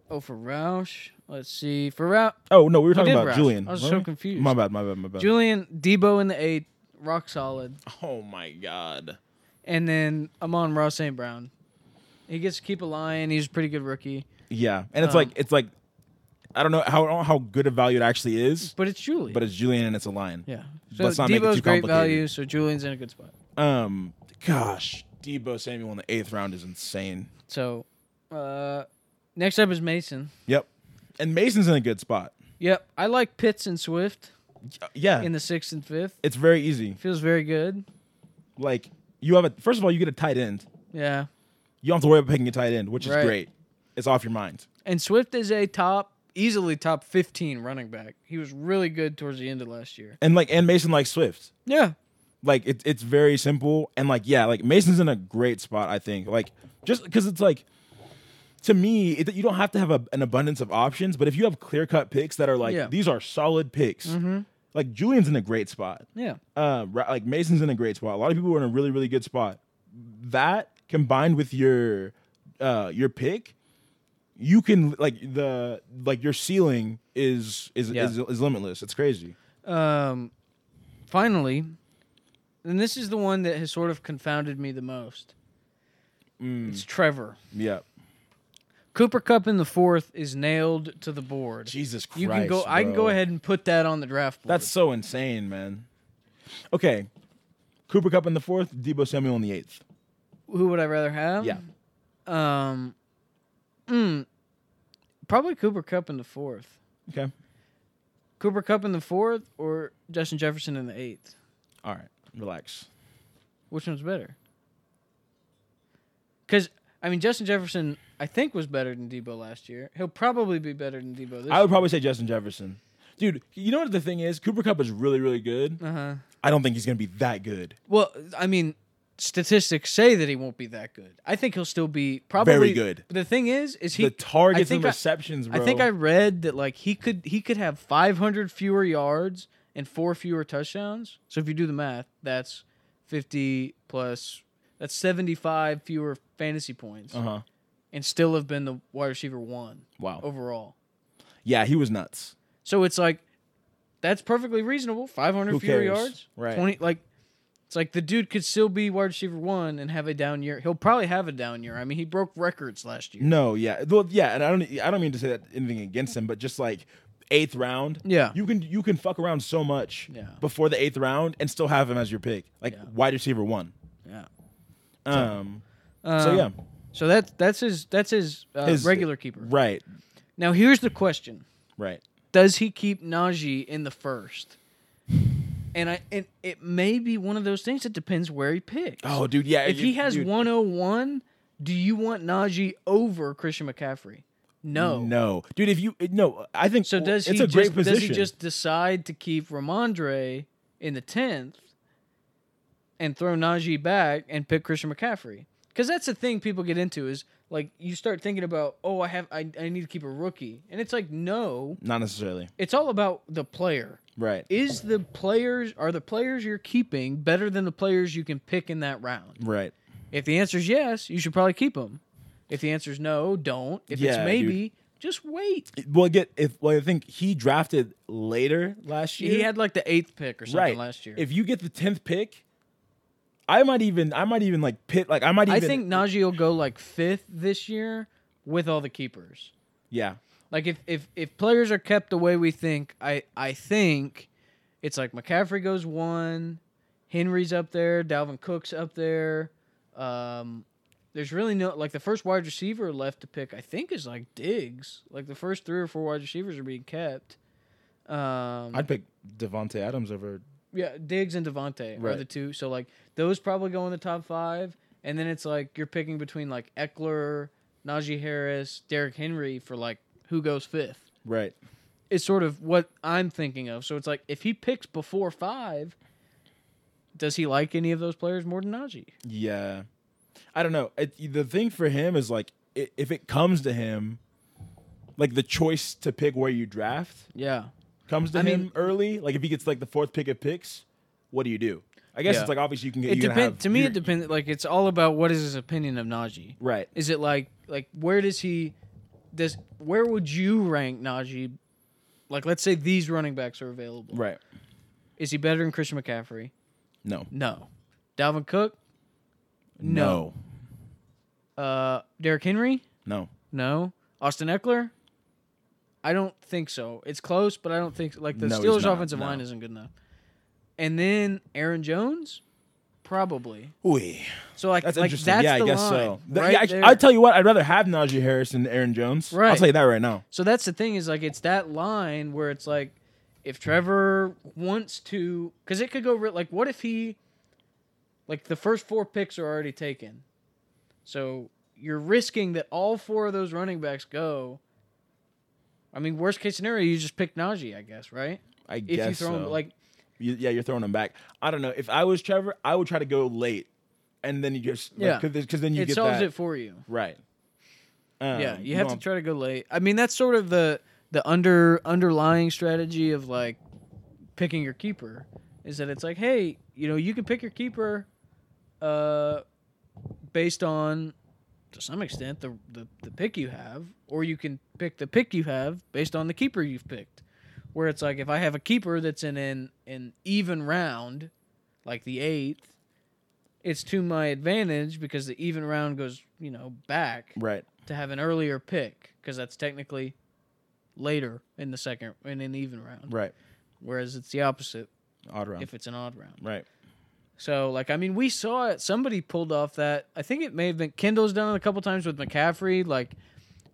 B: oh, for Roush, let's see. For Roush,
C: Oh no, we were talking
B: did
C: about
B: Roush.
C: Julian.
B: I was
C: weren't
B: so
C: we?
B: confused.
C: My bad, my bad, my bad.
B: Julian Debo in the eight, rock solid,
C: oh my god.
B: and then Amon Ross St. Brown. He gets to keep a lion. He's a pretty good rookie,
C: Yeah, and it's
B: Um,
C: like it's like I don't know how I don't know how good a value it actually is,
B: but it's Julian.
C: but it's Julian and it's a line.
B: yeah, so
C: let's not make it
B: Debo's
C: too
B: great
C: complicated.
B: value, so Julian's in a good spot.
C: Um, gosh, Debo Samuel in the eighth round is insane.
B: So, uh, next up is Mason.
C: Yep, and Mason's in a good spot.
B: Yep, I like Pitts and Swift
C: Yeah,
B: in the sixth and fifth.
C: it's very easy.
B: Feels very good.
C: Like you have a first of all, you get a tight end.
B: Yeah,
C: You don't have to worry about picking a tight end, which is
B: Right.
C: great. It's off your mind.
B: and Swift is a top, easily top fifteen running back. He was really good towards the end of last year.
C: And like and Mason likes Swift.
B: Yeah,
C: like it, it's very simple and like yeah like mason's in a great spot i think like just because it's like to me it, you don't have to have a, an abundance of options but if you have clear cut picks that are like
B: Yeah. Mm-hmm.
C: these are solid picks like julian's in a great spot
B: yeah.
C: uh Ra- like mason's in a great spot a lot of people are in a really really good spot that combined with your uh your pick you can like the like your ceiling is is
B: Yeah.
C: is, is limitless it's crazy
B: um, finally, and this is the one that has sort of confounded me the most.
C: Mm.
B: It's Trevor.
C: yeah
B: Cooper Cup in the fourth is nailed to the board.
C: jesus christ
B: you can go. I can go
C: bro.
B: ahead and put that on the draft board.
C: That's so insane, man. Okay. Cooper Cup in the fourth, Debo Samuel in the eighth.
B: who would I rather have?
C: Yeah.
B: Um. mm, probably Cooper Cup in the fourth.
C: Okay.
B: Cooper Cup in the fourth, or Justin Jefferson in the eighth.
C: All right. Relax.
B: Which one's better? Because I mean, Justin Jefferson, I think, was better than Debo last year. He'll probably be better than Debo this.
C: I would probably say Justin Jefferson. Dude, you know what the thing is? Cooper Cup is really, really good.
B: Uh huh.
C: I don't think he's going to be that good.
B: Well, I mean, statistics say that he won't be that good. I think he'll still be probably
C: Very good.
B: The thing is, is he?
C: The targets and
B: think I-
C: receptions,
B: I
C: bro.
B: think I read that like he could he could have 500 fewer yards and four fewer touchdowns. So if you do the math, that's 50 plus that's 75 fewer fantasy points,
C: Uh huh.
B: and still have been the wide receiver one
C: Wow.
B: overall.
C: Yeah, he was nuts.
B: So it's like that's perfectly reasonable. 500
C: Who
B: fewer
C: cares?
B: yards,
C: Right.
B: 20 like it's like the dude could still be wide receiver one and have a down year. He'll probably have a down year. I mean, he broke records last year.
C: No, yeah, well, yeah, and I don't, I don't mean to say that anything against him, but just like eighth round,
B: Yeah.
C: you can you can fuck around so much
B: Yeah.
C: before the eighth round and still have him as your pick, like
B: Yeah.
C: wide receiver one.
B: Yeah.
C: Um, so
B: Um,
C: yeah,
B: So that's that's his that's his, uh,
C: His-
B: regular keeper.
C: right,
B: Now here's the question:
C: right.
B: Does he keep Najee in the first? And I and it may be one of those things. It depends where he picks.
C: Oh, dude, yeah.
B: if
C: you-
B: he has
C: dude,
B: 101, do you want Najee over Christian McCaffrey? No.
C: no, dude, if you no, I think
B: So does
C: it's
B: he
C: a great
B: just,
C: position.
B: does he just decide to keep Ramondre in the tenth and throw Najee back and pick Christian McCaffrey? Because that's the thing people get into is like you start thinking about oh I have I, I need to keep a rookie and it's like no
C: not necessarily
B: it's all about the player
C: right,
B: is the players are the players you're keeping better than the players you can pick in that round
C: right.
B: if the answer is yes you should probably keep them if the answer is no don't if
C: Yeah,
B: it's
C: dude.
B: maybe Just wait.
C: Well, get if well, I think he drafted later last year.
B: He had like the eighth pick or something last year.
C: If you get the tenth pick, I might even I might even like pit like I might even
B: I think Najee will go like fifth this year with all the keepers.
C: yeah
B: Like if if if players are kept the way we think, I I think it's like McCaffrey goes one, Henry's up there, Dalvin Cook's up there. Um, there's really no like the first wide receiver left to pick. I think is like Diggs. Like the first three or four wide receivers are being kept. Um,
C: I'd pick Devonte Adams over
B: yeah, Diggs and Devontae are
C: Right.
B: the two. So like those probably go in the top five, and then it's like you're picking between like Eckler, Najee Harris, Derrick Henry for like who goes fifth.
C: right
B: It's sort of what I'm thinking of. So it's like if he picks before five, does he like any of those players more than Najee?
C: yeah I don't know it, the thing for him is like i if it comes to him like the choice to pick where you draft
B: Yeah,
C: comes to
B: I
C: him
B: mean-
C: early like if he gets like the fourth pick of picks what do you do I guess
B: Yeah.
C: it's like obviously you can get
B: it
C: you can have-
B: depends. To me,
C: you're-
B: it depends. Like it's all about what is his opinion of Najee.
C: right
B: Is it like like where does he does where would you rank Najee? Like let's say these running backs are available.
C: right
B: Is he better than Christian McCaffrey?
C: no
B: No. Dalvin Cook? No. Uh, Derrick Henry?
C: no
B: No. Austin Eckler? I don't think so. It's close, but I don't think like the
C: No, he's
B: Steelers'
C: not.
B: offensive
C: No.
B: line isn't good enough. And then Aaron Jones, probably.
C: no. Ooh.
B: So like
C: That's
B: like
C: interesting.
B: that's
C: yeah,
B: the
C: I guess
B: line,
C: so. Th-
B: right
C: yeah,
B: there.
C: I, I'll tell you what, I'd rather have Najee Harris than Aaron Jones. I'll
B: Right.
C: tell you that right now.
B: So that's the thing is like it's that line where it's like if Trevor wants to cuz it could go re- like what if he like the first four picks are already taken. So you're risking that all four of those running backs go. I mean, worst case scenario, you just pick Najee, I guess, right?
C: I
B: If
C: guess
B: you throw him
C: so.
B: like
C: You- yeah, you're throwing him back. I don't know. If I was Trevor, I would try to go late, and then you just
B: Yeah.
C: because then you
B: it
C: get
B: solves
C: that
B: it for you.
C: right. Um,
B: yeah, you have
C: no,
B: to try to go late. I mean, that's sort of the the under underlying strategy of like picking your keeper is that it's like, hey, you know, you can pick your keeper uh based on to some extent the, the the pick you have or you can pick the pick you have based on the keeper you've picked. Where it's like if I have a keeper that's in an an even round, like the 8th, it's to my advantage because the even round goes, you know, back
C: right.
B: to have an earlier pick because that's technically later in the second in an even round.
C: Right.
B: Whereas it's the opposite
C: Odd round.
B: if it's an odd round.
C: right.
B: So like I mean we saw it. Somebody pulled off that. I think it may have been Kendall's done it a couple times with McCaffrey. Like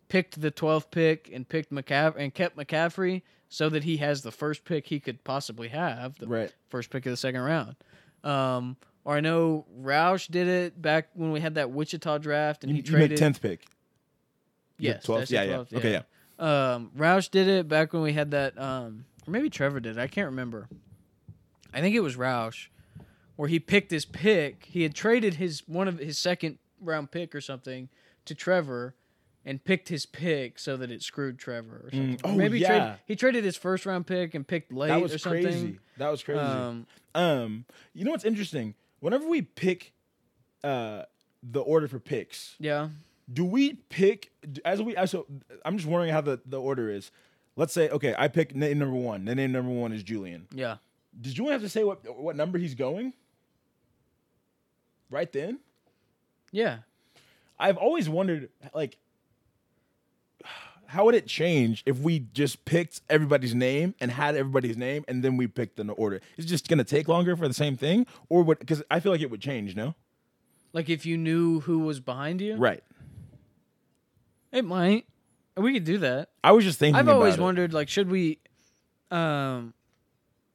B: picked the 12th pick and picked McCaffrey and kept McCaffrey so that he has the first pick he could possibly have. The
C: Right.
B: first pick of the second round. Um, or I know Roush did it back when we had that Wichita draft and
C: You,
B: he
C: you meant
B: traded
C: tenth pick. You had
B: Yes,
C: 12th?
B: that's the
C: Yeah, yeah.
B: 12th,
C: Okay, yeah.
B: Um, Roush did it back when we had that, um, or maybe Trevor did. it. I can't remember. I think it was Roush, where he picked his pick. He had traded his one of his second round pick or something to Trevor, and picked his pick so that it screwed Trevor. Or something. Or
C: oh,
B: maybe he
C: yeah.
B: traded, he traded his first round pick and picked late
C: That
B: or
C: was
B: something.
C: crazy. That was crazy.
B: Um,
C: um, you know what's interesting? Whenever we pick, uh, the order for picks,
B: yeah,
C: do we pick d- as we as so i'm just wondering how the, the order is let's say okay i pick name number one the name number one is julian
B: yeah.
C: does julian have to say what what number he's going right then
B: Yeah,
C: i've always wondered like how would it change if we just picked everybody's name and had everybody's name and then we picked in the order it's just gonna take longer for the same thing or what because i feel like it would change no
B: like if you knew who was behind you,
C: right
B: it might. We could do that.
C: i was just thinking
B: I've always
C: about it.
B: wondered, like, should we? Um,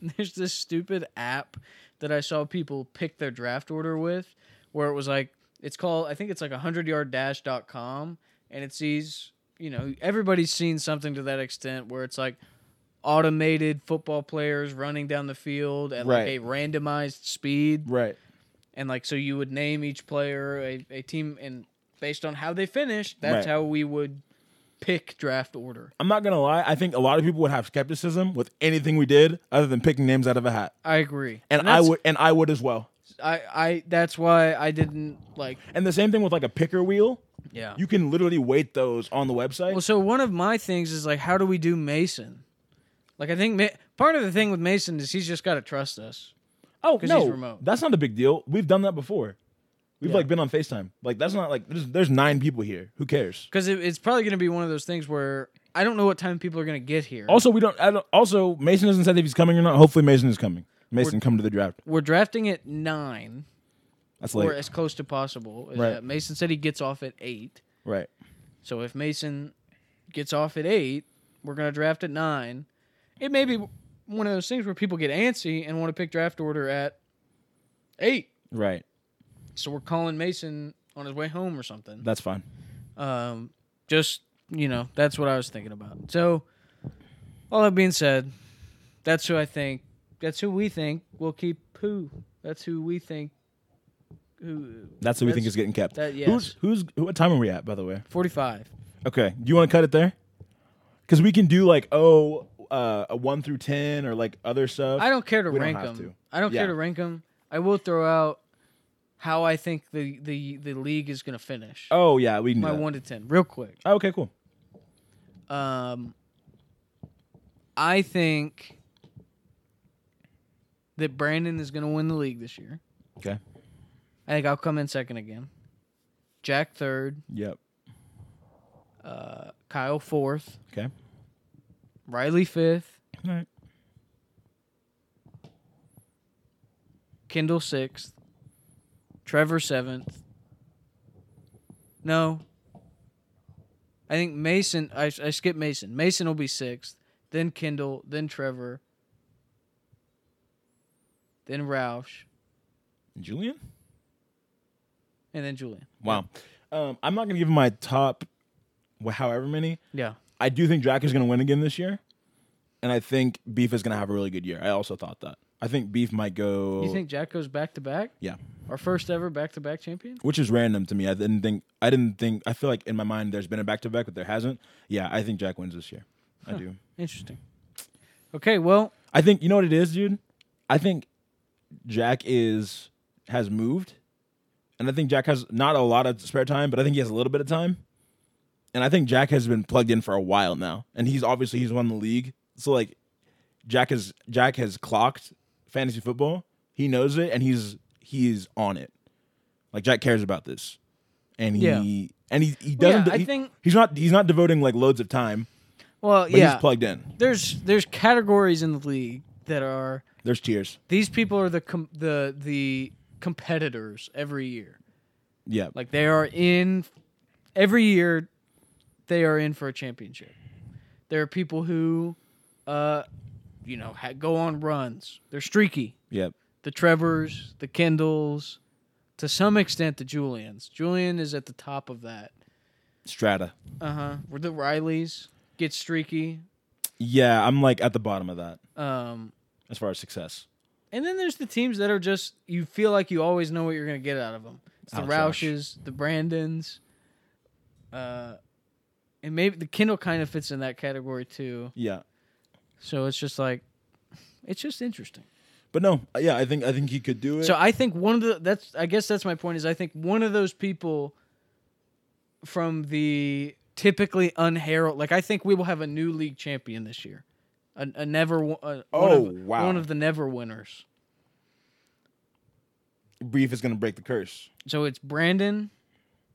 B: there's this stupid app that I saw people pick their draft order with, where it was like, it's called, I think it's like 100yarddash.com, and it sees, you know, everybody's seen something to that extent where it's like automated football players running down the field at like
C: Right.
B: a randomized speed
C: right
B: and like so you would name each player a, a team and based on how they finished that's
C: Right.
B: how we would pick draft order
C: I'm not gonna lie. I think a lot of people would have skepticism with anything we did, other than picking names out of a hat.
B: i agree
C: And, I
B: that's-
C: would, and I would as well.
B: i i that's why i didn't like
C: And the same thing with like a picker wheel.
B: Yeah.
C: You can literally wait those on the website.
B: Well, so one of my things is like, how do we do Mason? Like, I think Ma- part of the thing with Mason is he's just got to trust us.
C: oh,
B: 'cause
C: no,
B: he's remote.
C: that's not a big deal. We've done that before. We've
B: Yeah.
C: like been on Facetime. Like that's not like there's, there's nine people here. Who cares?
B: Because it, it's probably going to be one of those things where I don't know what time people are going to get here.
C: Also, we don't. I don't also, Mason doesn't said if he's coming or not. Hopefully, Mason is coming. Mason, come to the draft.
B: We're drafting at nine
C: That's
B: or
C: late.
B: as close to possible.
C: Right.
B: Uh, Mason said he gets off at eight.
C: Right.
B: So if Mason gets off at eight, we're going to draft at nine. It may be one of those things where people get antsy and want to pick draft order at eight.
C: Right.
B: So we're calling Mason on his way home or something.
C: That's fine.
B: Um, just you know, that's what I was thinking about. So, all that being said, that's who I think. That's who we think will keep poo. That's who we think. Who
C: That's who we think
B: That's-
C: is getting kept.
B: that-
C: Who's who's who, what time are we at by the way?
B: forty-five?
C: Okay. Do you want to cut it there? Because we can do like oh uh, a one through ten or like other stuff.
B: I don't care to
C: We don't
B: rank
C: have
B: them.
C: to.
B: I don't
C: Yeah.
B: care to rank them. I will throw out how I think the the the league is going to finish.
C: oh yeah, we can. Do
B: my
C: that.
B: one to ten, real quick.
C: Oh, okay, cool.
B: Um, I think that Brandon is going to win the league this year.
C: Okay.
B: I think I'll come in second again. Jack third,
C: Yep.
B: uh, Kyle fourth,
C: Okay.
B: Riley fifth,
C: All right.
B: Kendall sixth, Trevor seventh. No. I think Mason, I, I skip Mason. Mason will be sixth, then Kendall, then Trevor, then Roush,
C: Julian.
B: and then Julian.
C: Wow. Um, I'm not gonna give him my top, wh- however many.
B: Yeah.
C: I do think Jack is gonna win again this year, and I think Beef is gonna have a really good year. I also thought that. I think Beef might go.
B: You think Jack goes back to back?
C: Yeah.
B: Our first ever back to back champion?
C: which is random to me. I didn't think I didn't think I feel like in my mind there's been a back to back, but there hasn't. Yeah, I think Jack wins this year. I do.
B: Interesting. Okay, well,
C: I think you know what it is, dude. I think Jack is has moved, and I think Jack has not a lot of spare time, but I think he has a little bit of time, and I think Jack has been plugged in for a while now, and he's obviously he's won the league, so like Jack is Jack has clocked fantasy football. He knows it, and he's he's on it. Like Jack cares about this, and he
B: Yeah.
C: and he he
B: Yeah,
C: doesn't.
B: I
C: he-
B: think-
C: he's not he's not devoting like loads of time,
B: well,
C: but
B: yeah.
C: he's plugged in.
B: there's there's categories in the league that are
C: There's tears.
B: these people are the com- the the competitors every year.
C: Yeah,
B: Like they are in every year they are in for a championship. There are people who uh you know, ha- go on runs. They're streaky.
C: yeah.
B: The Trevors, the Kendalls, to some extent the Julians. Julian is at the top of that.
C: Strata.
B: Uh-huh. Where the Rileys get streaky.
C: Yeah, I'm like at the bottom of that
B: Um
C: as far as success.
B: And then there's the teams that are just you feel like you always know what you're going to get out of them. It's the
C: Ouch, ouch.
B: Roushes, the Brandons, uh, and maybe the Kindle kind of fits in that category too.
C: Yeah,
B: So it's just like it's just interesting.
C: but no, yeah, I think I think he could do it.
B: So I think one of the that's I guess that's my point is I think one of those people from the typically unheralded like I think we will have a new league champion this year. A, a never won- a,
C: Oh,
B: one of,
C: wow.
B: one of the never winners.
C: Brief is gonna break the curse.
B: So it's Brandon,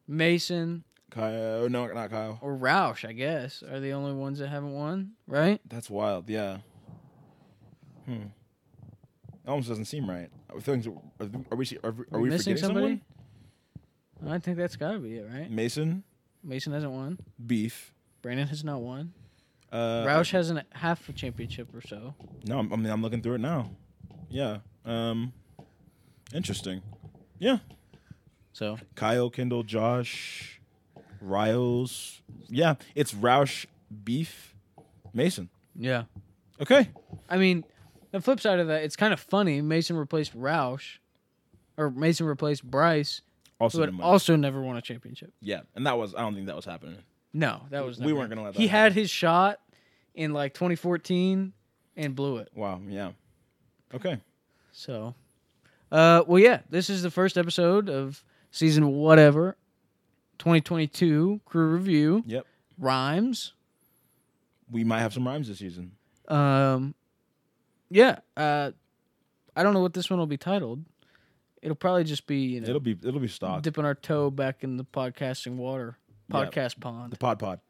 B: Mason,
C: Kyle, no, not Kyle.
B: or Roush, I guess, are the only ones that haven't won, right?
C: That's wild. Yeah. Hmm. That almost doesn't seem right. Are things- are we are we, are we,
B: Are we missing
C: forgetting
B: somebody?
C: someone?
B: I think that's got to be it, right?
C: Mason,
B: Mason hasn't won.
C: Beef.
B: Brandon has not won.
C: Uh,
B: Roush has an half a championship or so.
C: No, I'm, I mean I'm looking through it now. Yeah. Um. Interesting. Yeah.
B: So
C: Kyle, Kendall, Josh, Riles. Yeah, it's Roush, Beef, Mason.
B: yeah,
C: Okay.
B: I mean, the flip side of that, it's kind of funny. Mason replaced Roush, or Mason replaced Bryce,
C: Also,
B: who had
C: didn't win.
B: also never won a championship.
C: yeah, and that was I don't think that was happening.
B: No, that was
C: We
B: never
C: weren't gonna let that
B: He had his shot in like 2014 and blew it.
C: Wow. Yeah. Okay.
B: So, uh, well, yeah, this is the first episode of season whatever. 2022 crew review
C: Yep.
B: rhymes.
C: We might have some rhymes this season.
B: Um, yeah. Uh, I don't know what this one will be titled. It'll probably just be you know
C: It'll be it'll be stock.
B: dipping our toe back in the podcasting water,
C: Yeah.
B: podcast
C: the
B: pond,
C: pod pod.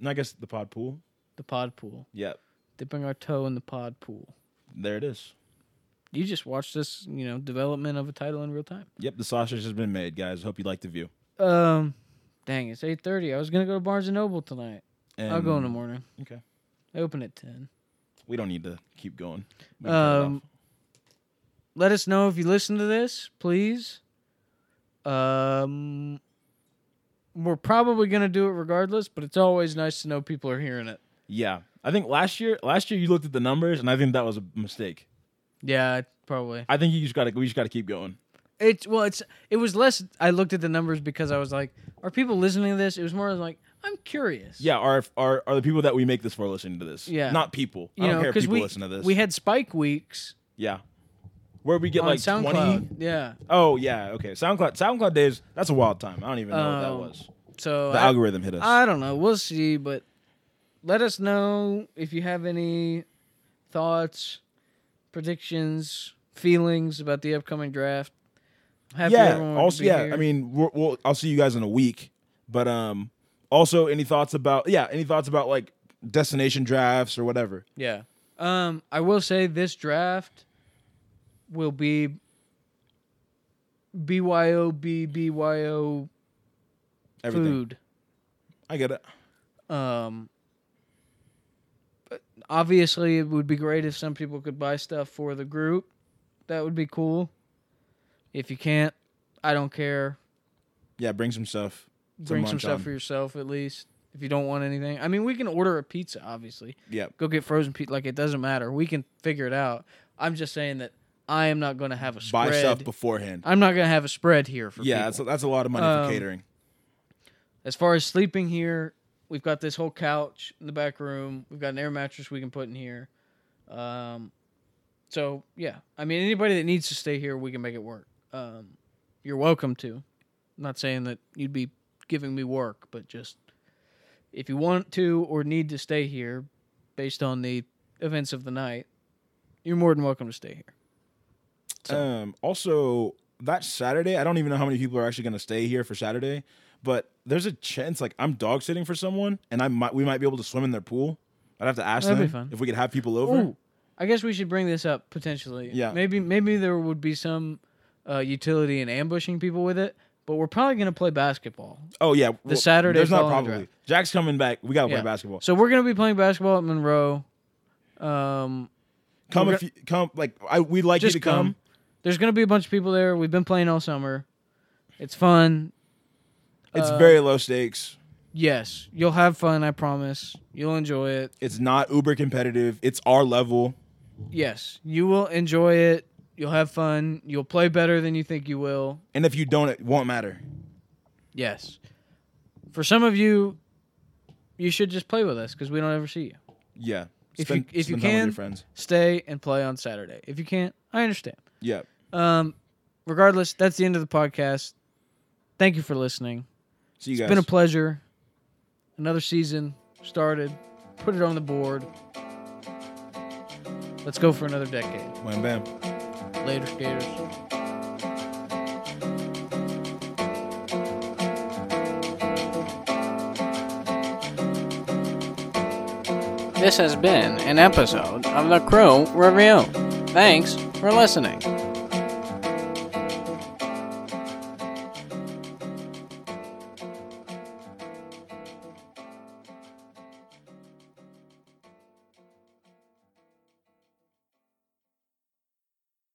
C: And I guess the pod pool.
B: the pod pool,
C: Yep.
B: dipping our toe in the pod pool.
C: There it is.
B: You just watched this, you know, development of a title in real time.
C: Yep, the sausage has been made, guys. Hope you like the view.
B: Um, dang, it's eight thirty. I was gonna go to Barnes and Noble tonight.
C: And
B: I'll go in the morning.
C: Okay.
B: I open at ten.
C: We don't need to keep going. We can cut it
B: Um,
C: off.
B: Let us know if you listen to this, please. Um, we're probably gonna do it regardless, but it's always nice to know people are hearing it.
C: yeah. I think last year last year you looked at the numbers and I think that was a mistake.
B: Yeah, probably.
C: I think you just gotta we just gotta keep going.
B: It's well, it's it was less. I looked at the numbers because I was like, are people listening to this? It was more like I'm curious.
C: Yeah, are are are the people that we make this for listening to this?
B: Yeah.
C: Not people.
B: you
C: I don't
B: know,
C: care if
B: 'cause
C: people
B: we,
C: listen to this.
B: We had spike weeks
C: yeah. Where we get
B: on
C: like
B: SoundCloud.
C: twenty.
B: Yeah,
C: Oh yeah, okay. SoundCloud SoundCloud days, that's a wild time. I don't even know what that
B: Um,
C: was.
B: so
C: The
B: I-
C: algorithm hit us.
B: I don't know. We'll see, but let us know if you have any thoughts, predictions, feelings about the upcoming draft. I'm happy everyone
C: yeah.
B: could
C: Also,
B: be
C: yeah.
B: here.
C: I mean, we'll, we'll I'll see you guys in a week. But um, also any thoughts about yeah, any thoughts about like destination drafts or whatever?
B: yeah. Um, I will say this draft will be BYO BYO
C: Everything.
B: food.
C: I get it.
B: Um, but obviously, it would be great if some people could buy stuff for the group. That would be cool. If you can't, I don't care.
C: Yeah, bring some Um, stuff. to
B: Bring some
C: munch
B: stuff
C: on.
B: for yourself at least. If you don't want anything, I mean, we can order a pizza. Obviously,
C: Yeah.
B: go get frozen pizza. Like it doesn't matter. We can figure it out. I'm just saying that I am not going to have a spread.
C: Buy stuff beforehand.
B: I'm not going to have a spread here for
C: Yeah,
B: people.
C: that's a, that's a lot of money
B: Um,
C: for catering.
B: as far as sleeping here, we've got this whole couch in the back room. We've got an air mattress we can put in here. Um, so yeah, I mean, anybody that needs to stay here, we can make it work. Um, you're welcome to. I'm not saying that you'd be giving me work, but just if you want to or need to stay here, based on the events of the night, you're more than welcome to stay here. so-
C: Um, also, that Saturday, I don't even know how many people are actually going to stay here for Saturday, but there's a chance like I'm dog sitting for someone, and I might we might be able to swim in their pool. I'd have to ask
B: That'd be
C: them
B: fun.
C: if we could have people over.
B: Ooh, I guess we should bring this up potentially.
C: Yeah.
B: Maybe maybe there would be some uh, utility in ambushing people with it, but we're probably gonna play basketball.
C: Oh yeah, the
B: Saturday
C: There's not
B: following the
C: probably. Jack's coming back. We gotta
B: Yeah.
C: play basketball.
B: So we're gonna be playing basketball at Monroe. Um,
C: Come
B: We're
C: if you come. Like I, we'd like
B: just
C: you to
B: come.
C: come.
B: There's gonna be a bunch of people there. We've been playing all summer. It's fun.
C: It's
B: Uh,
C: very low stakes.
B: Yes, you'll have fun. I promise. You'll enjoy it.
C: It's not uber competitive. It's our level.
B: Yes, you will enjoy it. You'll have fun. You'll play better than you think you will.
C: And if you don't, it won't matter.
B: Yes. For some of you, you should just play with us because we don't ever see you.
C: Yeah.
B: If
C: Spend-
B: you- if you
C: spend time with
B: can-
C: your friends.
B: Stay and play on Saturday. If you can't, I understand.
C: Yeah.
B: Um, regardless, that's the end of the podcast. Thank you for listening.
C: See you
B: It's
C: guys.
B: been a pleasure. Another season started. Put it on the board. Let's go for another decade.
C: Wham bam.
B: Later, skaters.
A: This has been an episode of the Crew Review. Thanks for listening.